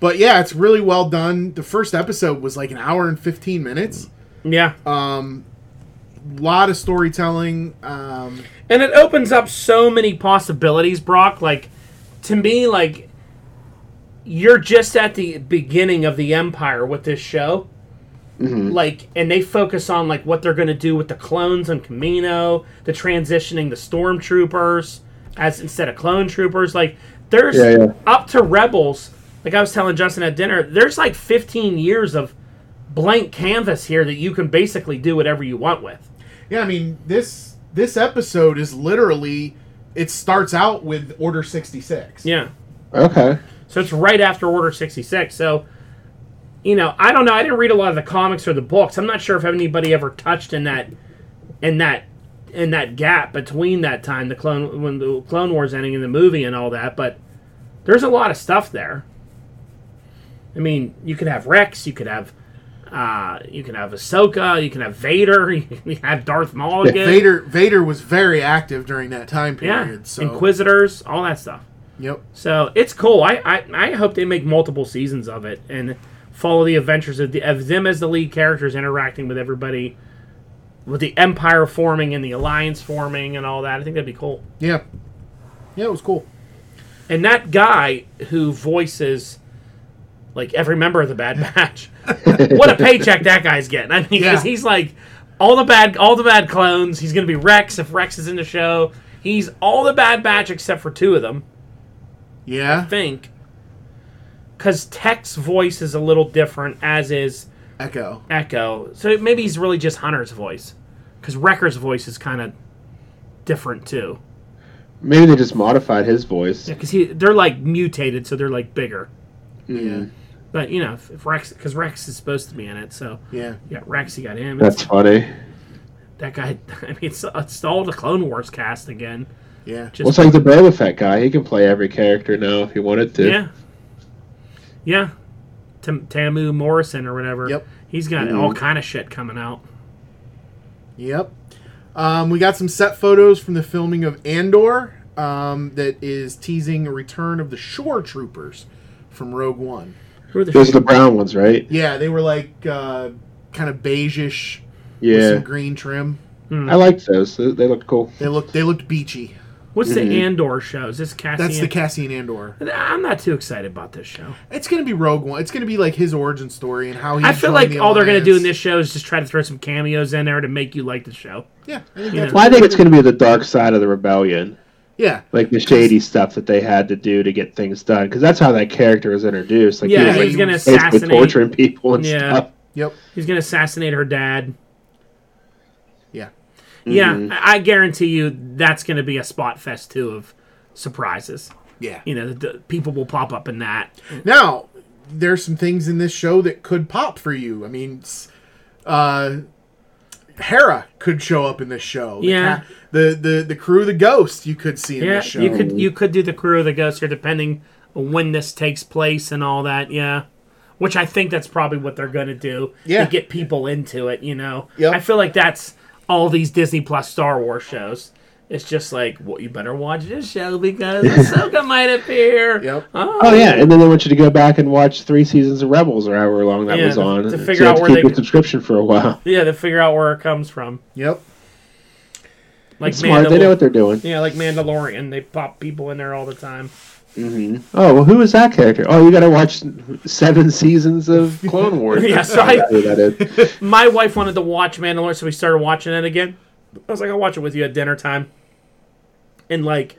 Speaker 2: but yeah, it's really well done. The first episode was like an hour and 15 minutes.
Speaker 1: Yeah,
Speaker 2: A lot of storytelling. Um,
Speaker 1: and it opens up so many possibilities brock like to me like you're just at the beginning of the empire with this show
Speaker 3: Mm-hmm.
Speaker 1: like and they focus on like what they're going to do with the clones on camino the transitioning the stormtroopers as instead of clone troopers like there's
Speaker 3: Yeah, yeah.
Speaker 1: up to rebels like i was telling justin at dinner there's like 15 years of blank canvas here that you can basically do whatever you want with
Speaker 2: Yeah, I mean this this episode is literally it starts out with Order sixty six.
Speaker 1: yeah
Speaker 3: Okay.
Speaker 1: So it's right after Order 66. So, you know, I don't know. I didn't read a lot of the comics or the books. I'm not sure if anybody ever touched in that, in that, in that gap between that time, the clone when the Clone Wars ending in the movie and all that. But there's a lot of stuff there. I mean, you could have Rex, you could have, uh, you can have Ahsoka, you can have Vader, you can have Darth Maul. again.
Speaker 2: Vader Vader was very active during that time
Speaker 1: yeah,
Speaker 2: period. So
Speaker 1: Inquisitors, all that stuff.
Speaker 2: Yep.
Speaker 1: So it's cool. I, I, I hope they make multiple seasons of it and follow the adventures of, the, of them as the lead characters interacting with everybody, with the Empire forming and the Alliance forming and all that. I think that'd be cool.
Speaker 2: Yeah. Yeah, it was cool.
Speaker 1: And that guy who voices like every member of the Bad Batch, what a paycheck that guy's getting! I mean, because
Speaker 2: Yeah.
Speaker 1: he's like all the bad, all the bad clones. He's gonna be Rex if Rex is in the show. He's all the Bad Batch except for two of them.
Speaker 2: Yeah.
Speaker 1: think because Tech's voice is a little different, as is
Speaker 2: Echo.
Speaker 1: Echo. So maybe he's really just Hunter's voice, because Wrecker's voice is kind of different too.
Speaker 3: Maybe they just modified his voice.
Speaker 1: Because he they're like mutated, so they're like bigger.
Speaker 2: Yeah.
Speaker 1: But you know, if, if Rex, because Rex is supposed to be in it, so
Speaker 2: Yeah.
Speaker 1: you got Rex, you got him. It's,
Speaker 3: That's funny.
Speaker 1: that guy. I mean, it's, uh, it's all the Clone Wars cast again.
Speaker 2: Yeah.
Speaker 1: Just
Speaker 3: Well, it's like the Boba Fett guy. He can play every character now if he wanted to.
Speaker 1: Yeah. Yeah. Tam- Tamu Morrison or whatever.
Speaker 2: Yep.
Speaker 1: He's got all kind of shit coming out.
Speaker 2: Yep. Um, we got some set photos from the filming of Andor um, that is teasing a return of the shore troopers from Rogue One.
Speaker 1: Who are the
Speaker 3: Those are the brown ones, right?
Speaker 2: Yeah, they were like uh, kind of beigeish with
Speaker 3: Yeah.
Speaker 2: some green trim.
Speaker 3: I liked those. They they looked cool.
Speaker 2: They looked they looked beachy.
Speaker 1: What's the Andor show? Is this Cassian?
Speaker 2: Mm-hmm. That's the Cassian Andor.
Speaker 1: I'm not too excited about this show.
Speaker 2: It's gonna be Rogue One. It's gonna be like his origin story and how he.
Speaker 1: I feel
Speaker 2: joined
Speaker 1: like
Speaker 2: the
Speaker 1: all they're going to do in this
Speaker 2: Alliance.
Speaker 1: show is just try to throw some cameos in there to make you like the show.
Speaker 2: Yeah, I think
Speaker 1: Yeah.
Speaker 2: that's-
Speaker 3: Well, I think it's going to be the dark side of the rebellion,
Speaker 2: yeah,
Speaker 3: like the shady stuff that they had to do to get things done, because that's how that character was introduced. Like,
Speaker 1: Yeah,
Speaker 3: he was,
Speaker 1: he's
Speaker 3: like,
Speaker 1: going to
Speaker 3: basically
Speaker 1: assassinate.
Speaker 3: torturing people and
Speaker 1: Yeah.
Speaker 3: stuff.
Speaker 2: yep,
Speaker 1: He's going to assassinate her dad.
Speaker 2: yeah, Mm-hmm.
Speaker 1: Yeah, I I guarantee you that's going to be a spot fest too of surprises.
Speaker 2: yeah.
Speaker 1: You know, the, the people will pop up in that.
Speaker 2: Now, there's some things in this show that could pop for you. I mean, s- uh, Hera could show up in this show. The
Speaker 1: Yeah.
Speaker 2: ca- the the the crew, of the ghost, you could see in
Speaker 1: Yeah,
Speaker 2: this show.
Speaker 1: you could you could do the crew of the ghost here depending on when this takes place and all that. Yeah, which I think that's probably what they're gonna do.
Speaker 2: Yeah.
Speaker 1: to get people into it. You know,
Speaker 2: Yep.
Speaker 1: I feel like that's all these Disney Plus Star Wars shows. It's just like, well, you better watch this show because Ahsoka might appear.
Speaker 2: Yep.
Speaker 1: Oh,
Speaker 3: Oh yeah, and then they want you to go back and watch three seasons of Rebels or however long that
Speaker 1: Yeah,
Speaker 3: was
Speaker 1: to-
Speaker 3: on.
Speaker 1: to
Speaker 3: So
Speaker 1: figure
Speaker 3: you have
Speaker 1: out
Speaker 3: to
Speaker 1: where
Speaker 3: keep
Speaker 1: they
Speaker 3: your
Speaker 1: could-
Speaker 3: subscription for a while.
Speaker 1: yeah, to figure out where it comes from.
Speaker 2: Yep.
Speaker 1: Like
Speaker 3: Smart, they know what they're doing.
Speaker 1: yeah, like Mandalorian, they pop people in there all the time.
Speaker 3: Oh well, who is that character? Oh, you got to watch seven seasons of Clone Wars.
Speaker 1: Yeah, so I-
Speaker 3: That's who that is.
Speaker 1: My wife wanted to watch Mandalorian, so we started watching it again. I was like, I'll watch it with you at dinner time. And like,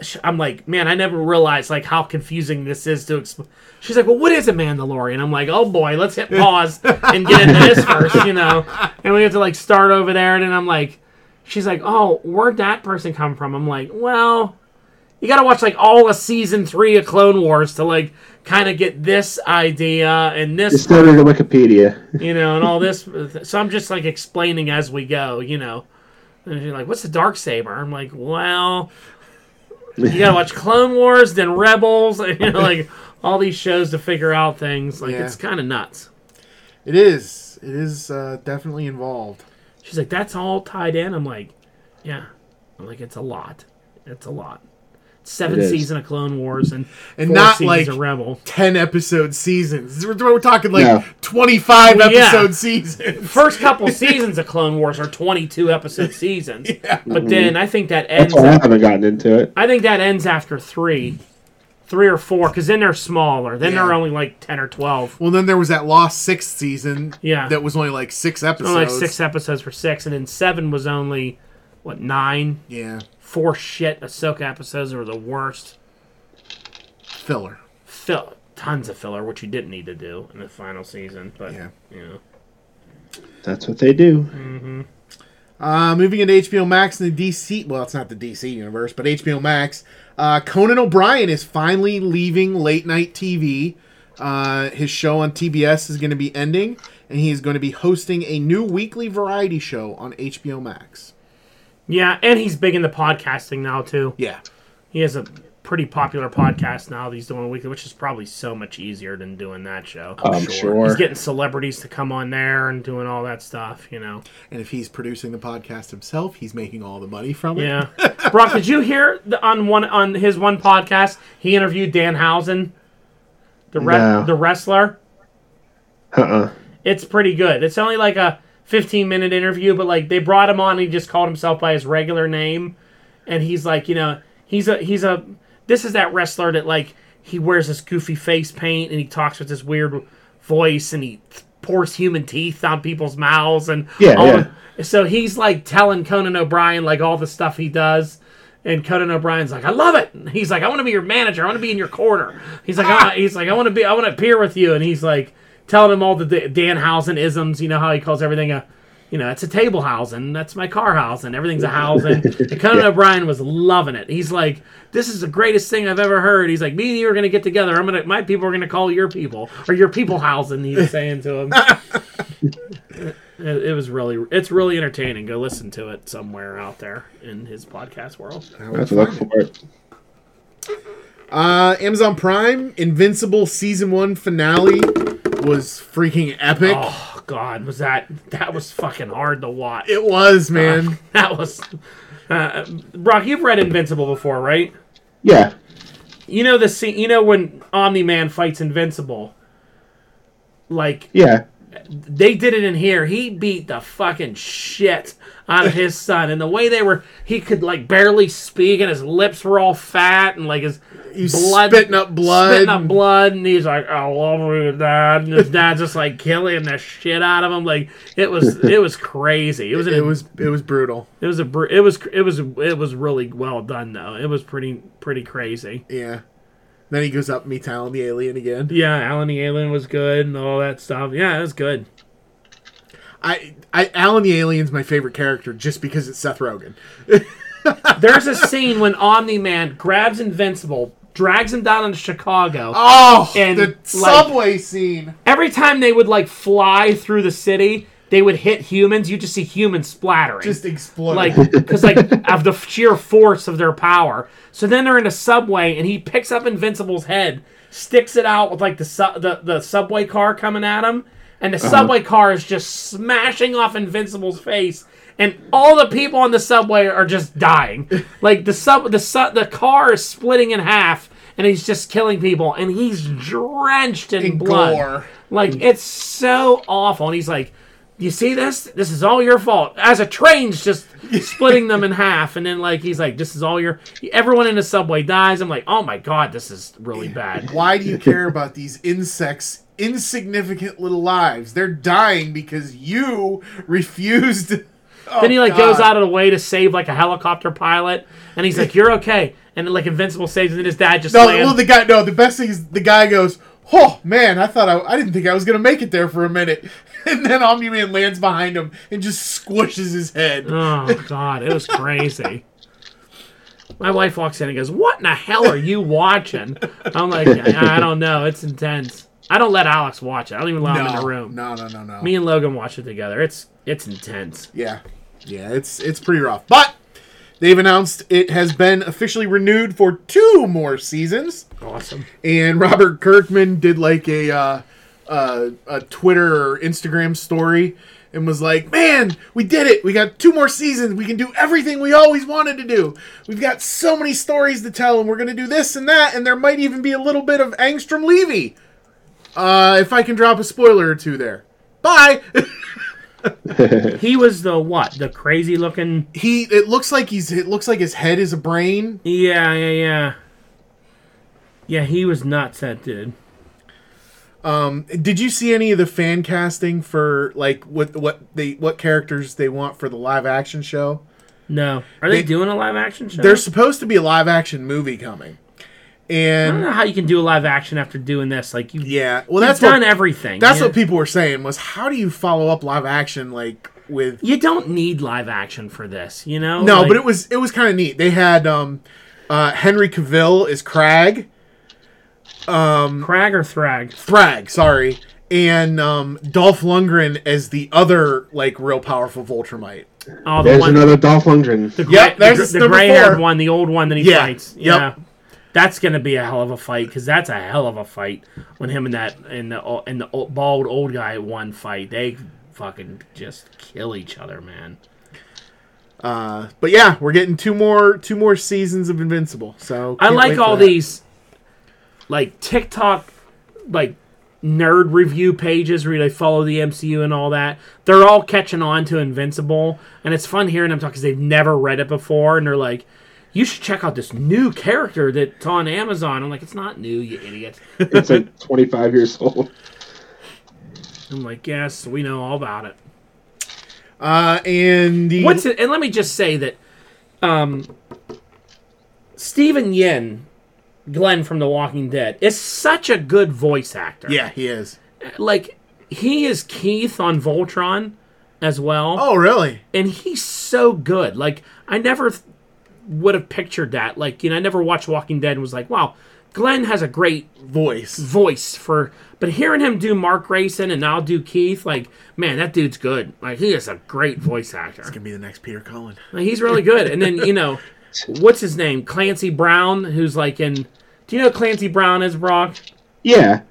Speaker 1: sh- I'm like, man, I never realized like how confusing this is to explain. She's like, well, what is a Mandalorian? I'm like, oh boy, let's hit pause and get into this first, you know. And we have to like start over there, and then I'm like, she's like, oh, where'd that person come from? I'm like, well. You gotta watch like all of season three of Clone Wars to like kind of get this idea and this
Speaker 3: It's still reading Wikipedia.
Speaker 1: you know, and all this. So I'm just like explaining as we go, you know. And you're like, "What's the dark saber?" I'm like, "Well, you gotta watch Clone Wars, then Rebels, and you know, like all these shows to figure out things. Like
Speaker 2: Yeah.
Speaker 1: it's kind of nuts."
Speaker 2: It is. It is uh, definitely involved.
Speaker 1: She's like, "That's all tied in." I'm like, "Yeah." I'm like, "It's a lot. It's a lot." Seven
Speaker 3: It is.
Speaker 1: season of Clone Wars and
Speaker 2: And
Speaker 1: four
Speaker 2: not
Speaker 1: seasons
Speaker 2: like-
Speaker 1: of Rebel.
Speaker 2: Ten episode seasons. We're, we're talking like
Speaker 3: Yeah.
Speaker 2: twenty five
Speaker 1: Well, yeah.
Speaker 2: episode seasons.
Speaker 1: First couple seasons of Clone Wars are 22 episode seasons, but then I think that
Speaker 3: Mm-hmm. That's
Speaker 1: ends
Speaker 3: why I
Speaker 1: up
Speaker 3: haven't gotten into it.
Speaker 1: I think that ends after three, three or four, because then they're smaller. Then
Speaker 2: Yeah.
Speaker 1: they're only like ten or twelve.
Speaker 2: Well, then there was that lost sixth season.
Speaker 1: Yeah.
Speaker 2: That was only like six episodes.
Speaker 1: Only like six episodes for six, and then seven was only what nine?
Speaker 2: Yeah.
Speaker 1: Four shit Ahsoka episodes were the worst.
Speaker 2: Filler.
Speaker 1: Fill tons of filler, which you didn't need to do in the final season, but
Speaker 2: Yeah.
Speaker 1: you know.
Speaker 3: That's what they do.
Speaker 2: Uh, moving into HBO Max and the DC. Well, it's not the DC universe, but HBO Max. Uh, Conan O'Brien is finally leaving late night TV. Uh, his show on TBS is going to be ending, and he is going to be hosting a new weekly variety show on HBO Max.
Speaker 1: Yeah, and he's big into podcasting now too.
Speaker 2: Yeah.
Speaker 1: He has a pretty popular podcast now that he's doing weekly, which is probably so much easier than doing that show.
Speaker 3: I'm sure.
Speaker 2: Uh,
Speaker 1: He's getting celebrities to come on there and doing all that stuff, you know.
Speaker 4: And if he's producing the podcast himself, he's making all the money from it.
Speaker 1: Yeah. Brock, did you hear the, on one on his one podcast he interviewed Dan Housen, the re-
Speaker 3: No.
Speaker 1: the wrestler?
Speaker 3: Uh-uh.
Speaker 1: It's pretty good. It's only like a 15 minute interview, but like they brought him on and he just called himself by his regular name. And he's like, you know, he's a, he's a, this is that wrestler that like he wears this goofy face paint and he talks with this weird voice and he pours human teeth on people's mouths and
Speaker 3: Yeah,
Speaker 1: all
Speaker 3: yeah.
Speaker 1: the- so he's like telling Conan O'Brien like all the stuff he does. And Conan O'Brien's like, I love it. And he's like, I want to be your manager. I want to be in your corner. He's like, I, he's like, I want to be, I want to appear with you. And he's like, telling him all the D- Danhausen isms. You know how he calls everything a, you know, it's a table housing. That's my car housing. Everything's a housing. And Conan O'Brien was loving it. He's like, this is the greatest thing I've ever heard. He's like, me and you are gonna get together. I'm gonna, my people are gonna call your people or your people housing. He was saying to him. It, it was really, it's really entertaining. Go listen to it somewhere out there in his podcast world.
Speaker 3: I have to look for it.
Speaker 2: Uh, Amazon Prime Invincible season one finale was freaking epic.
Speaker 1: Oh God, was that that was fucking hard to watch.
Speaker 2: It
Speaker 1: Ah,
Speaker 2: was man.
Speaker 1: that was, uh, Brock. You've read Invincible before, right?
Speaker 3: Yeah.
Speaker 1: You know the scene. You know when Omni Man fights Invincible. Like
Speaker 3: Yeah.
Speaker 1: they did it in here. He beat the fucking shit out of his son, and the way they were, he could like barely speak, and his lips were all fat, and like his
Speaker 2: He's spitting up blood.
Speaker 1: spitting up blood, and he's like, "I love you, Dad," and his dad's just like killing the shit out of him. Like it was, it was crazy. It was, an,
Speaker 2: It was it was brutal.
Speaker 1: it was a, br- it was, it was, it was really well done though. It was pretty, pretty crazy.
Speaker 2: Yeah. Then he goes up me Talon the alien again.
Speaker 1: Yeah, Alan the Alien was good and all that stuff. Yeah, it was good.
Speaker 2: I I Alan the alien's my favorite character just because it's Seth Rogen.
Speaker 1: There's a scene when Omni Man grabs Invincible, drags him down into Chicago.
Speaker 2: Oh,
Speaker 1: And,
Speaker 2: the
Speaker 1: like-
Speaker 2: subway scene.
Speaker 1: Every time they would like fly through the city, they would hit humans. You just see humans splattering.
Speaker 2: Just exploded.
Speaker 1: like because like of the sheer force of their power. So then they're in a subway, and he picks up Invincible's head, sticks it out with like the su- the, the subway car coming at him, and the
Speaker 2: Uh-huh.
Speaker 1: subway car is just smashing off Invincible's face, and all the people on the subway are just dying. like the sub the su- the car is splitting in half. And he's just killing people, and he's drenched in,
Speaker 2: In
Speaker 1: blood.
Speaker 2: gore. Mm.
Speaker 1: Like it's so awful. And he's like, "You see this? This is all your fault." As a train's just splitting them in half, and then like he's like, "This is all your." Everyone in the subway dies. I'm like, "Oh my god, this is really bad."
Speaker 2: Why do you care about these insects? Insignificant little lives. They're dying because you refused. Oh,
Speaker 1: then he like
Speaker 2: God.
Speaker 1: goes out of the way to save like a helicopter pilot, and he's like, "You're okay." And then, like Invincible saves, and then his dad just
Speaker 2: No,
Speaker 1: lands.
Speaker 2: well, the guy. No, the best thing is the guy goes. Oh man, I thought I, I didn't think I was gonna make it there for a minute, and then Omni Man lands behind him and just squishes his head.
Speaker 1: oh god, it was crazy. My wife walks in and goes, "What in the hell are you watching?" I'm like, "I I don't know. It's intense." I don't let Alex watch it. I don't even allow him in the room.
Speaker 2: no, no, no, no.
Speaker 1: Me and Logan watch it together. It's it's intense.
Speaker 2: Yeah, yeah, it's it's pretty rough. But they've announced it has been officially renewed for two more seasons.
Speaker 1: Awesome.
Speaker 2: and Robert Kirkman did like a uh, uh, a Twitter or Instagram story and was like, "Man, we did it! We got two more seasons. We can do everything we always wanted to do. We've got so many stories to tell, and we're gonna do this and that, and there might even be a little bit of Angstrom Levy, uh, if I can drop a spoiler or two there." Bye.
Speaker 1: He was the what? The crazy looking
Speaker 2: he it looks like he's it looks like his head is a brain.
Speaker 1: Yeah, yeah, yeah. Yeah, he was nuts that dude.
Speaker 2: Um, did you see any of the fan casting for like what what they what characters they want for the live action show?
Speaker 1: No. Are they,
Speaker 2: They-
Speaker 1: doing a live action show?
Speaker 2: There's supposed to be a live action movie coming.
Speaker 1: I don't
Speaker 2: And
Speaker 1: know how you can do a live action after doing this. Like you
Speaker 2: yeah, well
Speaker 1: that's
Speaker 2: that's
Speaker 1: done
Speaker 2: what
Speaker 1: everything.
Speaker 2: that's
Speaker 1: you,
Speaker 2: what people were saying was how do you follow up live action like with
Speaker 1: you don't need live action for this, you know?
Speaker 2: No,
Speaker 1: Like,
Speaker 2: but it was it was kind of neat. They had um uh Henry Cavill is Crag,
Speaker 1: Crag or Thrag.
Speaker 2: Thrag, sorry, and um Dolph Lundgren as the other like real powerful Voltramite.
Speaker 1: Oh the
Speaker 3: There's
Speaker 1: one
Speaker 3: another Dolph Lundgren.
Speaker 1: the, gray,
Speaker 2: Yep,
Speaker 1: the,
Speaker 2: there's
Speaker 1: gr- the
Speaker 2: number
Speaker 1: gray-haired
Speaker 2: four.
Speaker 1: one, the old one that he
Speaker 2: Yeah,
Speaker 1: fights.
Speaker 2: yep.
Speaker 1: Yeah. That's going to be a hell of a fight because that's a hell of a fight when him and that and the o- and the o- bald old guy one fight. They fucking just kill each other, man.
Speaker 2: Uh, But yeah, we're getting two more two more seasons of Invincible. So
Speaker 1: I
Speaker 2: can't
Speaker 1: like
Speaker 2: wait for
Speaker 1: all
Speaker 2: that.
Speaker 1: these like TikTok like nerd review pages where they follow the MCU and all that. They're all catching on to Invincible, and it's fun hearing them talk because they've never read it before, and they're like. You should check out this new character that's on Amazon. I'm like, it's not new, you idiot.
Speaker 3: It's like 25 years old.
Speaker 1: I'm like, yes, we know all about it.
Speaker 2: Uh, and the
Speaker 1: What's it? And let me just say that, um, Stephen Yin, Glenn from The Walking Dead, is such a good voice actor.
Speaker 2: Yeah, he is.
Speaker 1: like he is Keith on Voltron as well,
Speaker 2: Oh, really?
Speaker 1: and he's so good. Like I never th- would have pictured that. Like you know, I never watched Walking Dead and was like, wow, Glenn has a great
Speaker 2: Voice.
Speaker 1: voice for. But hearing him do Mark Grayson and now do Keith, like man, that dude's good. Like he is a great voice actor.
Speaker 2: Gonna be the next Peter Cullen.
Speaker 1: Like, he's really good. And then you know, what's his name? Clancy Brown, who's like in. Do you know who Clancy Brown is Brock?
Speaker 3: Yeah.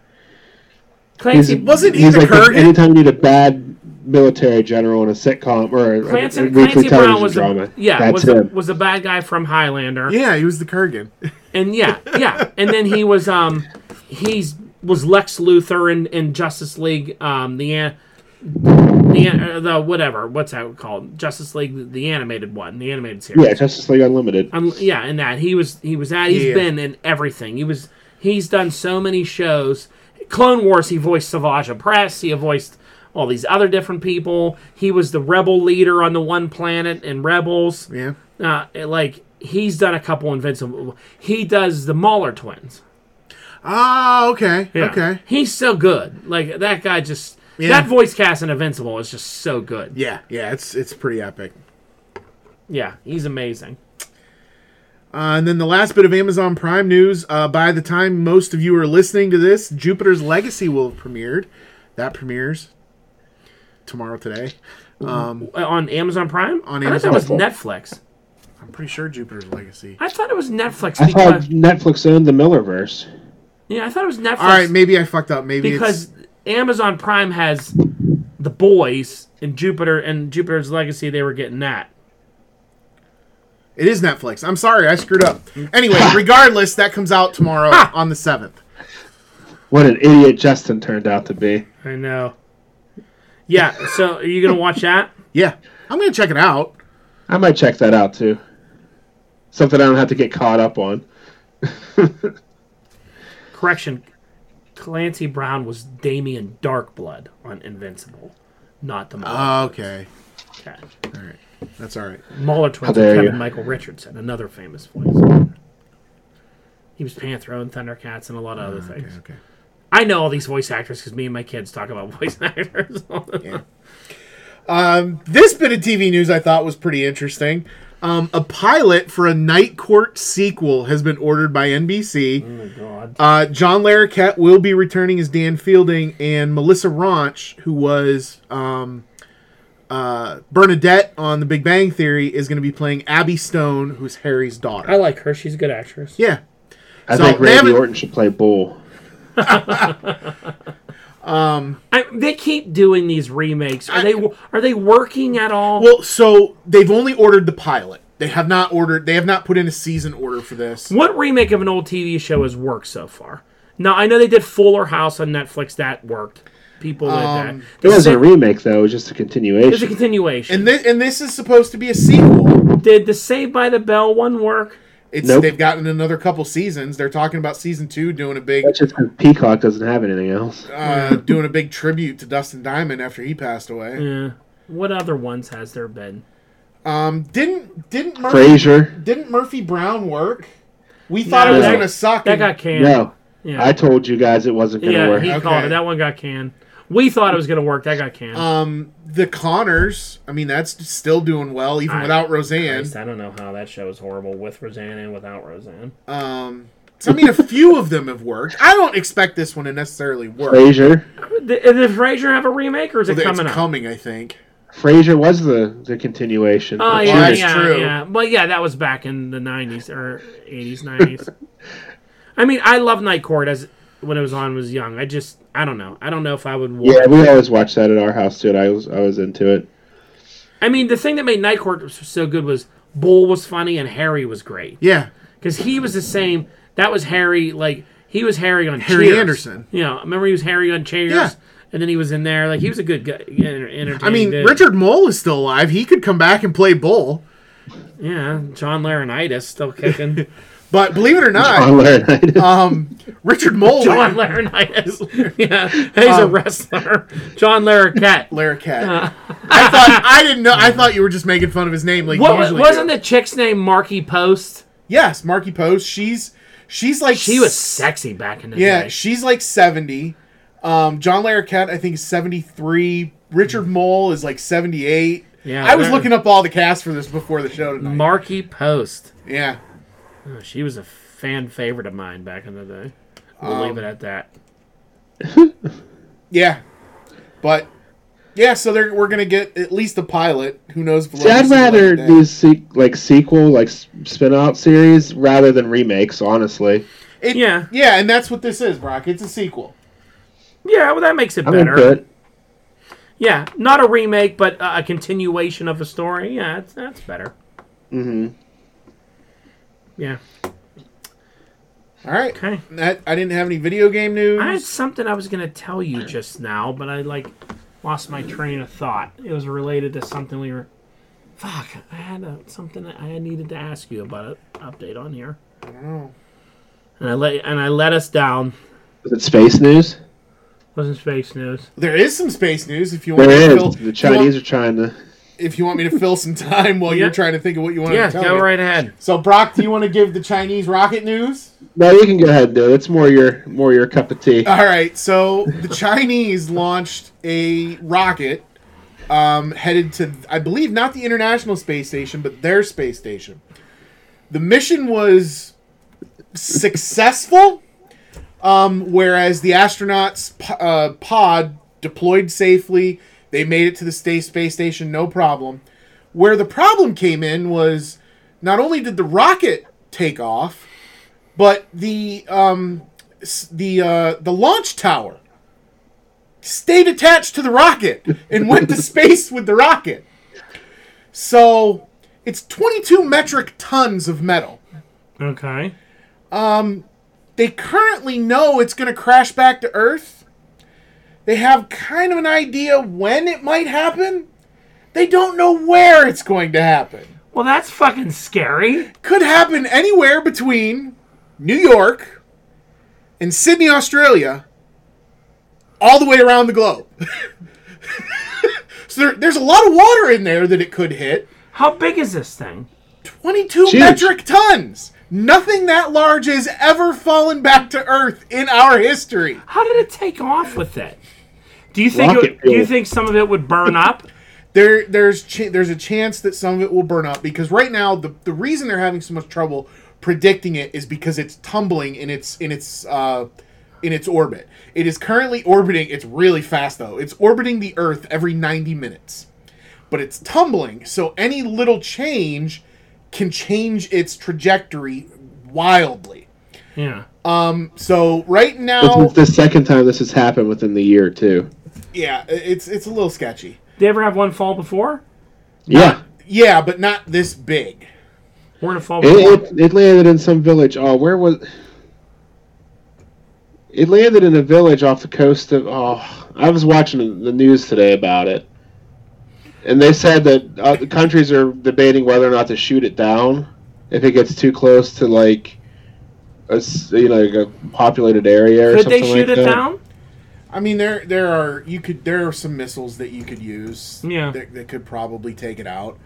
Speaker 1: Clancy
Speaker 2: Wasn't he
Speaker 3: he's
Speaker 2: the
Speaker 3: like
Speaker 2: Kurgan?
Speaker 3: anytime you need a bad military general in a sitcom or a, a
Speaker 1: Clancy,
Speaker 3: weekly
Speaker 1: Clancy
Speaker 3: television
Speaker 1: Brown was
Speaker 3: drama.
Speaker 1: a, yeah
Speaker 3: that's
Speaker 1: was a,
Speaker 3: him.
Speaker 1: was a bad guy from Highlander,
Speaker 2: Yeah, he was the Kurgan.
Speaker 1: and yeah, yeah, and then he was um he's was Lex Luthor in, in Justice League um the an- the an- uh, the whatever what's that called Justice League the animated one the animated series
Speaker 3: yeah, Justice League Unlimited.
Speaker 1: um, yeah, and that he was he was that he's
Speaker 2: Yeah.
Speaker 1: been in everything. He was he's done so many shows. Clone Wars, he voiced Savage Press. He voiced all these other different people. He was the rebel leader on the one planet in Rebels.
Speaker 2: Yeah.
Speaker 1: Uh, it- like he's done a couple Invincible. He does the Mauler twins.
Speaker 2: Ah, okay.
Speaker 1: Yeah.
Speaker 2: Okay.
Speaker 1: he's so good. Like that guy just
Speaker 2: Yeah.
Speaker 1: that voice cast in Invincible is just so good. Yeah,
Speaker 2: Yeah, yeah, it's it's pretty epic.
Speaker 1: he's amazing.
Speaker 2: Uh, and then the last bit of Amazon Prime news. Uh, by the time most of you are listening to this, Jupiter's Legacy will have premiered. That premieres tomorrow today.
Speaker 1: Uh, on Amazon Prime.
Speaker 2: On
Speaker 1: I thought
Speaker 2: Amazon
Speaker 1: that was
Speaker 2: Prime.
Speaker 1: Netflix.
Speaker 2: I'm pretty sure Jupiter's Legacy.
Speaker 1: I thought it was Netflix.
Speaker 3: I thought
Speaker 1: because,
Speaker 3: Netflix owned the Millerverse.
Speaker 1: Yeah, I thought it was Netflix.
Speaker 2: All right, maybe I fucked up. Maybe
Speaker 1: because
Speaker 2: it's,
Speaker 1: Amazon Prime has the boys and Jupiter and Jupiter's Legacy. They were getting that.
Speaker 2: it is Netflix. I'm sorry, I screwed up. Anyway, regardless, that comes out tomorrow on the seventh.
Speaker 3: What an idiot Justin turned out to be.
Speaker 1: I know. Yeah. So are you gonna watch that?
Speaker 2: Yeah, I'm gonna check it out.
Speaker 3: I might check that out too. Something I don't have to get caught up on.
Speaker 1: Correction. Clancy Brown was Damien Darkblood on Invincible, not the
Speaker 2: Uh,
Speaker 1: Mauler.
Speaker 2: Ah, Okay,
Speaker 1: Okay.
Speaker 2: that's all right.
Speaker 1: Mauler twins.
Speaker 3: How
Speaker 1: are
Speaker 3: dare
Speaker 1: Kevin
Speaker 3: you.
Speaker 1: Michael Richardson, another famous voice. He was Panther and Thundercats and a lot of other things.
Speaker 2: Okay.
Speaker 1: I know all these voice actors because me and my kids talk about voice actors.
Speaker 2: This bit of TV news I thought was pretty interesting. Um, a pilot for a Night Court sequel has been ordered by NBC.
Speaker 1: Mm.
Speaker 3: Oh,
Speaker 1: God.
Speaker 2: Uh, John Larroquette will be returning as Dan Fielding, and Melissa Ranch, who was um, uh, Bernadette on The Big Bang Theory, is going to be playing Abby Stone, who's Harry's daughter.
Speaker 1: I like her. She's a good actress.
Speaker 2: yeah.
Speaker 3: I
Speaker 2: So,
Speaker 3: think
Speaker 2: they
Speaker 3: Randy
Speaker 2: haven't-
Speaker 3: Orton should play Bull.
Speaker 1: I, they keep doing these remakes. Are
Speaker 2: I-
Speaker 1: they are they working at all?
Speaker 2: Well, so they've only ordered the pilot. They have not ordered. They have not put in a season order for this.
Speaker 1: what remake of an old TV show has worked so far? Now I know they did Fuller House on Netflix. That worked. People like that.
Speaker 3: It wasn't a remake though; it was just a
Speaker 1: There's a
Speaker 3: continuation.
Speaker 1: continuation.
Speaker 2: And this, and this is supposed to be a sequel.
Speaker 1: did the Save by the Bell one work?
Speaker 2: It's
Speaker 3: Nope.
Speaker 2: they've gotten another couple seasons. They're talking about season two doing a big
Speaker 3: That's just 'cause Peacock doesn't have anything else.
Speaker 2: uh, doing a big tribute to Dustin Diamond after he passed away.
Speaker 1: Yeah. What other ones has there been? Mm.
Speaker 2: Um, didn't didn't Murphy,
Speaker 3: Frasier,
Speaker 2: didn't Murphy Brown work? We thought it
Speaker 1: No.
Speaker 2: was
Speaker 1: That-
Speaker 2: gonna suck.
Speaker 1: That
Speaker 2: and-
Speaker 1: got canned.
Speaker 3: no,
Speaker 1: Yeah.
Speaker 3: I told you guys it wasn't going to
Speaker 1: yeah.
Speaker 3: work.
Speaker 1: He
Speaker 2: Okay.
Speaker 1: called it. That one got canned. We thought it was gonna work. That got canned.
Speaker 2: um the Connors. I mean, that's still doing well even
Speaker 1: I-
Speaker 2: without Roseanne.
Speaker 1: I don't know how that show is horrible with Roseanne and without Roseanne.
Speaker 2: Um, so I mean, a few of them have worked. I don't expect this one to necessarily work.
Speaker 3: Frasier,
Speaker 1: Did, did Frasier have a remake, or is it
Speaker 2: Although
Speaker 1: coming
Speaker 2: it's
Speaker 1: up?
Speaker 2: coming, I think.
Speaker 3: Frasier was the the continuation.
Speaker 1: Oh
Speaker 3: of
Speaker 1: yeah,
Speaker 3: Cheers.
Speaker 1: yeah,
Speaker 4: true.
Speaker 1: yeah. But yeah, that was back in the '90s or '80s, '90s. I mean, I love Night Court as when it was on was young. I just, I don't know. I don't know if I would.
Speaker 3: Yeah, we always watched that at our house too. And I was I was into it.
Speaker 1: I mean, the thing that made Night Court so good was Bull was funny and Harry was great
Speaker 2: Yeah,
Speaker 1: because he was the same. That was Harry. Like he was Harry on
Speaker 2: Harry
Speaker 1: Cheers.
Speaker 2: Anderson.
Speaker 1: You know, remember he was Harry on Cheers.
Speaker 2: Yeah.
Speaker 1: And then he was in there, like he was a good guy. enter- Entertaining
Speaker 2: I mean
Speaker 1: dude.
Speaker 2: Richard Mole is still alive. He could come back and play Bull.
Speaker 1: yeah, John Laurinaitis still kicking.
Speaker 2: But believe it or not,
Speaker 3: On Larry-
Speaker 2: um, Richard Mole,
Speaker 1: John Laurinaitis. Um, yeah, he's a wrestler. John Larroquette.
Speaker 2: Larricat.
Speaker 1: Uh.
Speaker 2: I thought I didn't know. I thought you were just making fun of his name. Like
Speaker 1: What was,
Speaker 2: usually
Speaker 1: wasn't
Speaker 2: do.
Speaker 1: the chick's name Marky Post?
Speaker 2: Yes, Marky Post. She's she's like
Speaker 1: She was
Speaker 2: s-
Speaker 1: sexy back in the
Speaker 2: Yeah,
Speaker 1: day.
Speaker 2: she's like seventy. Um, John Larroquette, I think, is seventy three. Richard Mole is like seventy eight.
Speaker 1: Hmm. Yeah,
Speaker 2: I was
Speaker 1: they're-
Speaker 2: looking up all the cast for this before the show tonight.
Speaker 1: Marky Post.
Speaker 2: yeah,
Speaker 1: Oh, she was a fan favorite of mine back in the day. We'll leave it at that.
Speaker 2: yeah, but yeah. So they're, we're gonna get at least a pilot. Who knows? if we'll
Speaker 3: See,
Speaker 2: ever
Speaker 3: I'd
Speaker 2: see one
Speaker 3: rather
Speaker 2: today.
Speaker 3: do se- like sequel, like s- spin-out series, rather than remakes. Honestly,
Speaker 2: It-
Speaker 1: Yeah.
Speaker 2: yeah, and that's what this is, Brock. It's a sequel.
Speaker 1: Yeah, well, that makes it
Speaker 3: I'm into
Speaker 1: better.
Speaker 3: it.
Speaker 1: Yeah, not a remake, but uh, a continuation of a story. Yeah, that's, that's better. Mm-hmm. Yeah.
Speaker 2: All right.
Speaker 1: Okay.
Speaker 2: That I didn't have any video game news.
Speaker 1: I had something I was going to tell you just now, but I like lost my train of thought. It was related to something we were. Fuck! I had a, something that I needed to ask you about an update on here. And I let and I let us down.
Speaker 3: Is it space news?
Speaker 1: Wasn't space news.
Speaker 2: There is some space news if you want
Speaker 3: There
Speaker 2: me to
Speaker 3: is.
Speaker 2: fill
Speaker 3: The
Speaker 2: if you want-
Speaker 3: Chinese are trying to.
Speaker 2: if you want me to fill some time while you're
Speaker 1: Yeah.
Speaker 2: trying to think of what you want
Speaker 1: Yeah,
Speaker 2: to tell
Speaker 1: go
Speaker 2: me.
Speaker 1: right ahead.
Speaker 2: So Brock, do you want to give the Chinese rocket news?
Speaker 3: No, you can go ahead and do it. It's more your more your cup of
Speaker 1: Uh,
Speaker 3: tea.
Speaker 2: All right, so the Chinese launched a rocket um, headed to, I believe, not the International Space Station, but their space station. The mission was successful, um, whereas the astronauts' p- uh, pod deployed safely. They made it to the sta- space station, no problem. Where the problem came in was not only did the rocket take off, but the um, s- the uh, the launch tower stayed attached to the rocket and went to space with the rocket. So it's 22 metric tons of metal.
Speaker 1: Okay.
Speaker 2: They currently know it's going to crash back to Earth. They have kind of an idea when it might happen. They don't know where it's going to happen.
Speaker 1: Well, that's fucking scary.
Speaker 2: could happen anywhere between New York and Sydney, Australia, all the way around the globe. so there, there's a lot of water in there that it could hit.
Speaker 1: How big is this thing?
Speaker 2: 22
Speaker 3: Huge.
Speaker 2: metric tons. Nothing that large has ever fallen back to Earth in our history.
Speaker 1: How did it take off with it? Do you think?
Speaker 3: Rocket
Speaker 1: It, do you
Speaker 3: fuel.
Speaker 1: think some of it would burn up?
Speaker 2: There, there's ch- there's a chance that some of it will burn up because right now the the reason they're having so much trouble predicting it is because it's tumbling in its in its uh, in its orbit. It is currently orbiting. It's really fast though. It's orbiting the Earth every 90 minutes, but it's tumbling. So any little change can change its trajectory wildly. Um,
Speaker 1: Yeah.
Speaker 2: So right
Speaker 3: This
Speaker 2: now,
Speaker 3: is the second time this has happened within the year too.
Speaker 2: yeah, it's it's a little sketchy.
Speaker 1: Did they ever have one fall before?
Speaker 3: Yeah,
Speaker 2: Yeah, but not this big.
Speaker 1: We're gonna fall before.
Speaker 3: it, it, it landed in some village. Oh, where was? It landed in a village off the coast of. Oh, I was watching the news today about it, and they said that uh, the countries are debating whether or not to shoot it down if it gets too close to like. A, s- you know, like a populated area or
Speaker 1: Could
Speaker 3: something
Speaker 1: they shoot
Speaker 3: like
Speaker 1: it
Speaker 3: that.
Speaker 1: down?
Speaker 2: I mean, there there are you could there are some missiles that you could use.
Speaker 1: Yeah.
Speaker 2: that, that could probably take it out.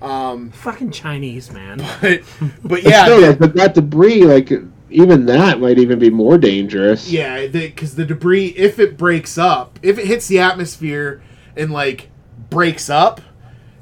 Speaker 2: Um,
Speaker 1: Fucking Chinese man.
Speaker 2: But, but
Speaker 3: But
Speaker 2: yeah,
Speaker 3: still,
Speaker 2: the-
Speaker 3: like, but that debris, like even that, might even be more dangerous.
Speaker 2: yeah, because the, debris, if it breaks up, if it hits the atmosphere and like breaks up,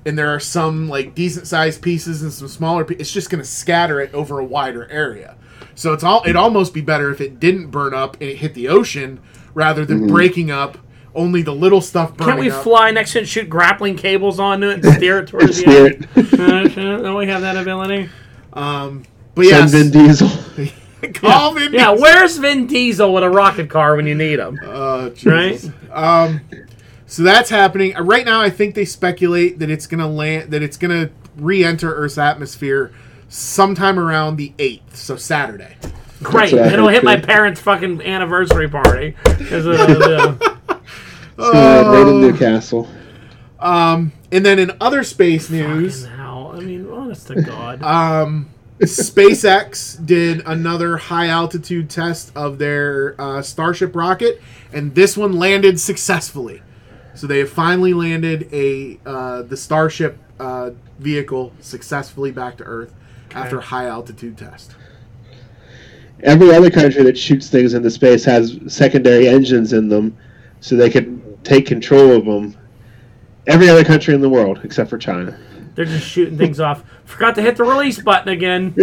Speaker 2: and there are some like decent sized pieces and some smaller, pieces, it's just gonna scatter it over a wider area. So
Speaker 3: Mm-hmm.
Speaker 2: it's all it'd almost be better if it didn't burn up and it hit the ocean rather than breaking up only the little stuff burning
Speaker 1: Can't we
Speaker 2: up.
Speaker 1: fly next to it, shoot grappling cables onto it, and steer it towards the
Speaker 3: Steer
Speaker 1: end?
Speaker 3: it.
Speaker 1: Don't we have that ability?
Speaker 2: Um, but
Speaker 3: Send
Speaker 2: yes,
Speaker 3: Vin Diesel.
Speaker 2: call Vin
Speaker 1: Yeah,
Speaker 2: Diesel.
Speaker 1: where's Vin Diesel with a rocket car when you need him?
Speaker 2: Uh, Jesus. Um,
Speaker 1: Right?
Speaker 2: So that's happening Uh, right now. I think they speculate that it's gonna land, that it's gonna re-enter Earth's atmosphere sometime around the eighth, so Saturday.
Speaker 1: Great.
Speaker 3: what I
Speaker 1: It'll
Speaker 3: heard,
Speaker 1: hit my
Speaker 3: too.
Speaker 1: parents' fucking anniversary party. 'Cause, uh, yeah.
Speaker 3: Uh, right
Speaker 2: Oh.
Speaker 3: in Newcastle.
Speaker 2: And then in other space news,
Speaker 1: Fucking hell. I mean, honest to God.
Speaker 2: SpaceX did another high altitude test of their uh, Starship rocket, and this one landed successfully. So they have finally landed a uh, the Starship uh, vehicle successfully back to Earth after high altitude test.
Speaker 3: Every other country that shoots things into space has secondary engines in them, so they can take control of them. Every other country in the world except for China.
Speaker 1: They're just shooting things off. Forgot to hit the release button again.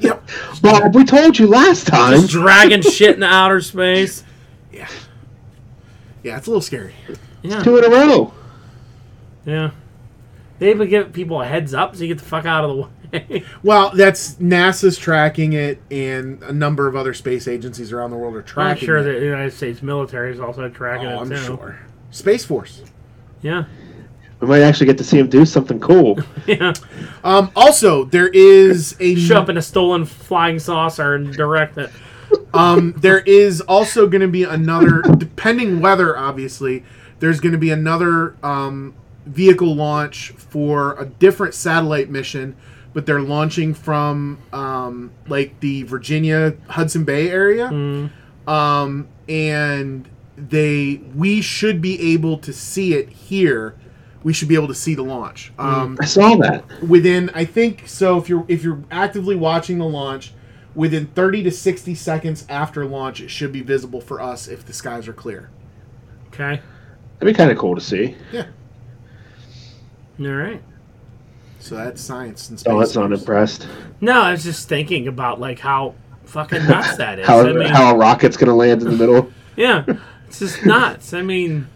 Speaker 2: Yep.
Speaker 3: Bob, we told you last time.
Speaker 1: Just dragging shit into outer space.
Speaker 2: Yeah. Yeah, it's a little scary.
Speaker 1: Yeah.
Speaker 3: Two in a row.
Speaker 1: Yeah. They even give people a heads up so you get the fuck out of the way.
Speaker 2: Well, that's NASA's tracking it, and a number of other space agencies around the world are
Speaker 1: I'm
Speaker 2: tracking.
Speaker 1: sure
Speaker 2: it.
Speaker 1: the United States military is also tracking
Speaker 2: Oh,
Speaker 1: it
Speaker 2: I'm
Speaker 1: too.
Speaker 2: sure. Space Force.
Speaker 1: Yeah.
Speaker 3: We might actually get to see him do something cool.
Speaker 1: Yeah.
Speaker 2: Um, also, there is a
Speaker 1: Show up in a stolen flying saucer and direct it.
Speaker 2: um, there is also going to be another, depending weather, obviously. There's going to be another um, vehicle launch for a different satellite mission, but they're launching from um, like the Virginia Hudson Bay area. um, and they we should be able to see it here. We should be able to see the launch um,
Speaker 3: I saw that.
Speaker 2: within. I think so. If you're if you're actively watching the launch, within 30 to 60 seconds after launch, it should be visible for us if the skies are clear.
Speaker 1: Okay.
Speaker 3: That'd be kind of cool to see.
Speaker 2: Yeah.
Speaker 1: All right.
Speaker 2: So that's science and space.
Speaker 3: Oh, that's not
Speaker 2: news.
Speaker 3: impressed.
Speaker 1: No, I was just thinking about like how fucking nuts that is.
Speaker 3: How,
Speaker 1: I mean,
Speaker 3: how a rocket's going to land in the middle.
Speaker 1: yeah, it's just nuts. I mean,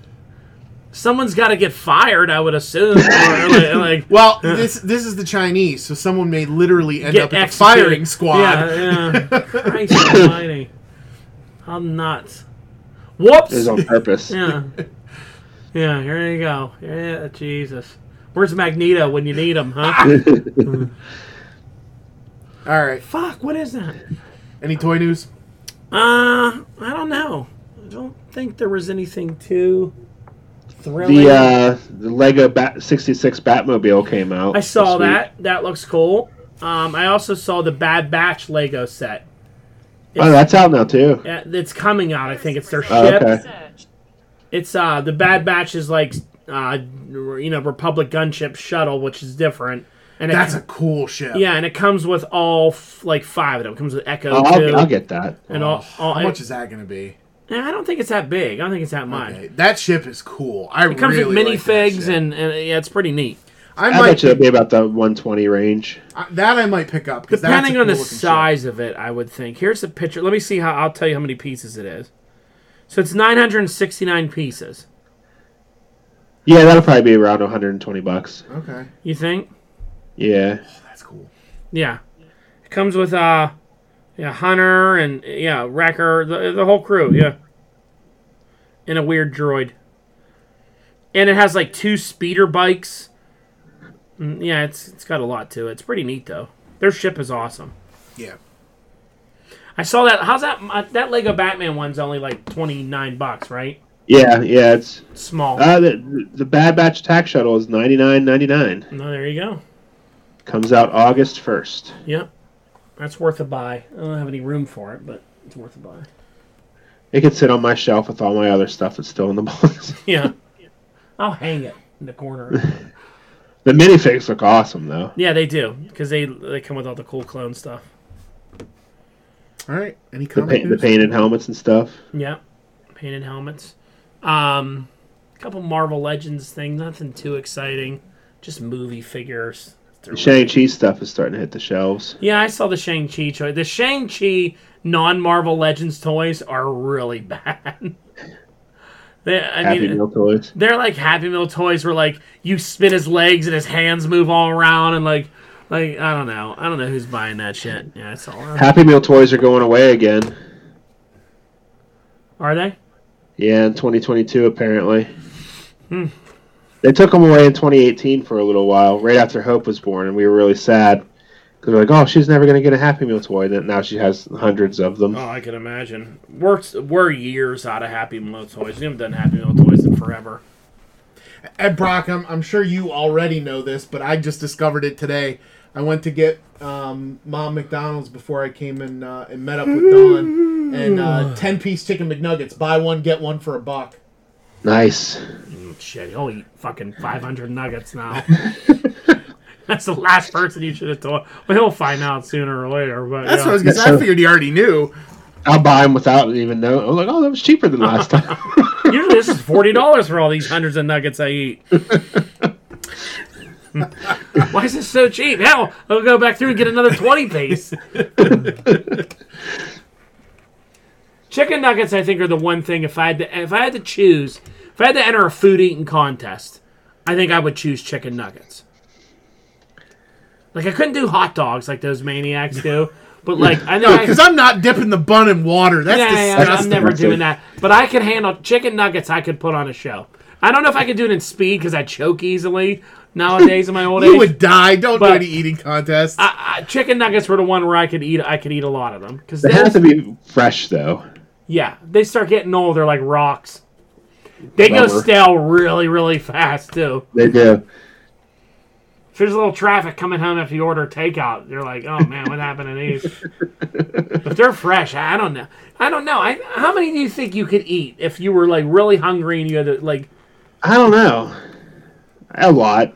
Speaker 1: someone's got to get fired, I would assume. Or like, like
Speaker 2: Well, this this is the Chinese, so someone may literally end
Speaker 1: get
Speaker 2: up at the
Speaker 1: executed.
Speaker 2: firing squad.
Speaker 1: Yeah, yeah. Christ almighty. How nuts. Whoops.
Speaker 3: It was on purpose.
Speaker 1: yeah. Yeah, here you go. Yeah, Jesus. Where's Magneto when you need him, huh?
Speaker 2: All right.
Speaker 1: Fuck, what is that?
Speaker 2: Any toy news?
Speaker 1: Uh, I don't know. I don't think there was anything too thrilling.
Speaker 3: The, uh, the Lego Bat- 66 Batmobile came out.
Speaker 1: I
Speaker 3: this
Speaker 1: saw
Speaker 3: week.
Speaker 1: that. That looks cool. Um, I also saw the Bad Batch Lego set.
Speaker 3: Oh, that's out now, too.
Speaker 1: Uh, It's coming out. I think it's their ship.
Speaker 3: Oh, okay.
Speaker 1: It's uh the Bad Batch is like uh you know Republic gunship shuttle, which is different. And it,
Speaker 2: That's a cool ship.
Speaker 1: yeah, and it comes with all f- like five of them. It comes with Echo
Speaker 3: Oh,
Speaker 1: too,
Speaker 3: I'll, I'll get that.
Speaker 1: and all. all
Speaker 2: How much is that going to be?
Speaker 1: Yeah, I don't think it's that big. I don't think it's that much.
Speaker 2: Okay, That ship is cool. I
Speaker 1: It comes
Speaker 2: really
Speaker 1: with
Speaker 2: like that
Speaker 1: minifigs
Speaker 2: ship.
Speaker 1: and, and yeah, it's pretty neat.
Speaker 2: I
Speaker 3: I
Speaker 2: might
Speaker 3: bet you it'll be about the 120 range.
Speaker 2: I- that I might pick up 'cause that's
Speaker 1: Depending
Speaker 2: a
Speaker 1: on the
Speaker 2: cool-looking ship.
Speaker 1: size of it, I would think. Here's a picture. Let me see how I'll tell you how many pieces it is. So it's 969 pieces.
Speaker 3: Yeah, that'll probably be around 120 bucks.
Speaker 2: Okay,
Speaker 1: You think?
Speaker 3: Yeah.
Speaker 2: that's cool.
Speaker 1: Yeah. It comes with uh yeah, Hunter and yeah, Wrecker, the, the whole crew, yeah. And a weird droid. And it has like two speeder bikes. Mm, Yeah, it's it's got a lot to it. It's pretty neat though. Their ship is awesome.
Speaker 2: Yeah,
Speaker 1: I saw that. How's that? Uh, that Lego Batman one's only like twenty nine bucks, right?
Speaker 3: Yeah, yeah. It's
Speaker 1: Small.
Speaker 3: uh, the, the Bad Batch Attack Shuttle is 99.99.
Speaker 1: no, there you go.
Speaker 3: Comes out August 1st.
Speaker 1: Yep, that's worth a buy. I don't have any room for it, but it's worth a buy.
Speaker 3: It could sit on my shelf with all my other stuff that's still in the box.
Speaker 1: Yeah, I'll hang it in the corner.
Speaker 3: the minifigs look awesome, though.
Speaker 1: yeah, they do because they they come with all the cool clone stuff.
Speaker 2: all right. Any
Speaker 3: The,
Speaker 2: comic
Speaker 3: pa- the
Speaker 2: news?
Speaker 3: painted helmets and stuff.
Speaker 1: Yep, painted helmets. Um, a couple Marvel Legends thing. Nothing too exciting. Just movie figures.
Speaker 3: The Shang-Chi stuff is starting to hit the shelves.
Speaker 1: Yeah, I saw the Shang Chi toy. The Shang Chi non Marvel Legends toys are really bad. They, I
Speaker 3: Happy
Speaker 1: mean,
Speaker 3: Meal toys.
Speaker 1: they're like Happy Meal toys where like you spin his legs and his hands move all around and like like I don't know. I don't know who's buying that shit. Yeah, it's all
Speaker 3: Happy Meal toys are going away again.
Speaker 1: Are they?
Speaker 3: Yeah, in 2022 apparently.
Speaker 2: Hmm.
Speaker 3: They took them away in 2018 for a little while, right after Hope was born, and we were really sad because we're like, oh, she's never going to get a Happy Meal toy. That now she has hundreds of them.
Speaker 1: Oh, I can imagine. We're we're years out of Happy Meal toys. We haven't done Happy Meal toys in forever.
Speaker 5: At Brock,
Speaker 2: Brock, I'm, I'm sure you already know this, but I just discovered it today. I went to get um, Mom McDonald's before I came and uh, and met up with Dawn, and uh, ten piece chicken McNuggets, buy one get one for a buck.
Speaker 3: Nice.
Speaker 1: Shit, he'll eat fucking 500 nuggets now. That's the last person you should have told. But he'll find out sooner or later. But
Speaker 2: That's
Speaker 1: yeah.
Speaker 2: what I was gonna say. I figured he already knew.
Speaker 3: I'll buy them without even knowing. I'm like, oh, that was cheaper than last time.
Speaker 1: Usually this is forty dollars for all these hundreds of nuggets I eat. Why is this so cheap? Hell, I'll go back through and get another twenty piece. Chicken nuggets, I think, are the one thing. If I had to, if I had to choose, if I had to enter a food eating contest, I think I would choose chicken nuggets. Like I couldn't do hot dogs like those maniacs do, but like I know
Speaker 2: Because I'm not dipping the bun in water. That's
Speaker 1: yeah, yeah, yeah, I'm
Speaker 2: disgusting.
Speaker 1: never doing that. But I could handle chicken nuggets. I could put on a show. I don't know if I could do it in speed because I choke easily nowadays in my old age.
Speaker 2: you would die. Don't
Speaker 1: But-
Speaker 2: do any eating contests.
Speaker 1: I, I, chicken nuggets were the one where I could eat. I could eat a lot of them because
Speaker 3: They have to be fresh though.
Speaker 1: yeah, they start getting old. They're like rocks. They go
Speaker 3: Rubber.
Speaker 1: stale really, really fast too.
Speaker 3: They do.
Speaker 1: If there's a little traffic coming home after you order takeout, you're like, oh man, what happened to these? if they're fresh, I don't know. I don't know. I, how many do you think you could eat if you were like really hungry and you had to like?
Speaker 3: I don't know. A lot.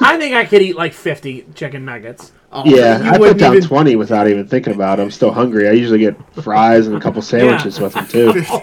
Speaker 1: I think I could eat like 50 chicken nuggets.
Speaker 2: Oh,
Speaker 3: Yeah,
Speaker 2: you
Speaker 3: I put
Speaker 2: wouldn't
Speaker 3: down
Speaker 2: even-
Speaker 3: twenty without even thinking about. it. I'm still hungry. I usually get fries and a couple sandwiches with them too.
Speaker 1: Oh,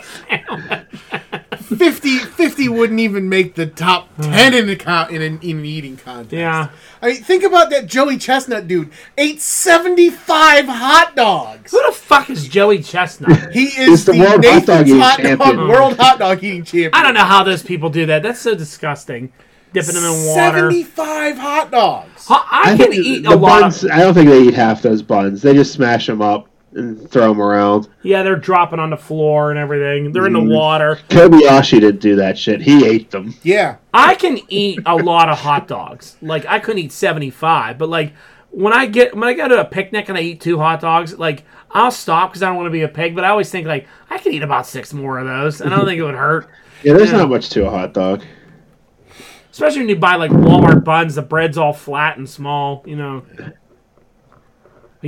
Speaker 2: 50, 50 wouldn't even make the top ten in a co- in an, in an eating contest.
Speaker 1: yeah.
Speaker 2: I mean, think about that Joey Chestnut dude. Ate seventy five hot dogs.
Speaker 1: Who the fuck is Joey Chestnut?
Speaker 2: He is
Speaker 3: the
Speaker 2: the,
Speaker 3: world hot
Speaker 2: Nathan's
Speaker 3: dog
Speaker 2: hot
Speaker 3: eating
Speaker 2: dog,
Speaker 3: champion.
Speaker 2: world hot dog eating champion.
Speaker 1: I don't know how those people do that. That's so disgusting. Dipping them in water.
Speaker 2: Seventy five hot dogs.
Speaker 1: Huh, I, can
Speaker 3: think
Speaker 1: eat
Speaker 3: the
Speaker 1: a lot.
Speaker 3: buns-
Speaker 1: Of,
Speaker 3: I don't think they eat half those buns. They just smash them up and throw them around.
Speaker 1: yeah, they're dropping on the floor and everything. They're in the water.
Speaker 3: Kobayashi didn't do that shit. He ate them.
Speaker 2: Yeah,
Speaker 1: I can eat a lot of hot dogs. Like I couldn't eat 75, but like when I get when I go to a picnic and I eat two hot dogs, like I'll stop because I don't want to be a pig. But I always think like I could eat about six more of those, and I don't think it would hurt.
Speaker 3: Yeah, there's not much to a hot dog.
Speaker 1: Especially when you buy like Walmart buns, the bread's all flat and small, you know. But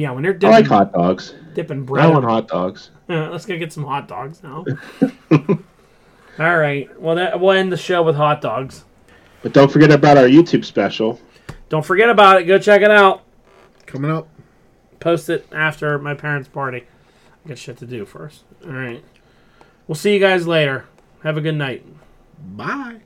Speaker 1: yeah, when they're
Speaker 3: I
Speaker 1: dipping,
Speaker 3: like hot dogs.
Speaker 1: dipping bread,
Speaker 3: I want hot dogs.
Speaker 1: Yeah, let's go get some hot dogs now. all right, well that we'll end the show with hot dogs.
Speaker 3: But don't forget about our YouTube special.
Speaker 1: Don't forget about it. Go check it out.
Speaker 2: coming up.
Speaker 1: Post it after my parents' party. I got shit to do first. All right, we'll see you guys later. Have a good night.
Speaker 2: Bye.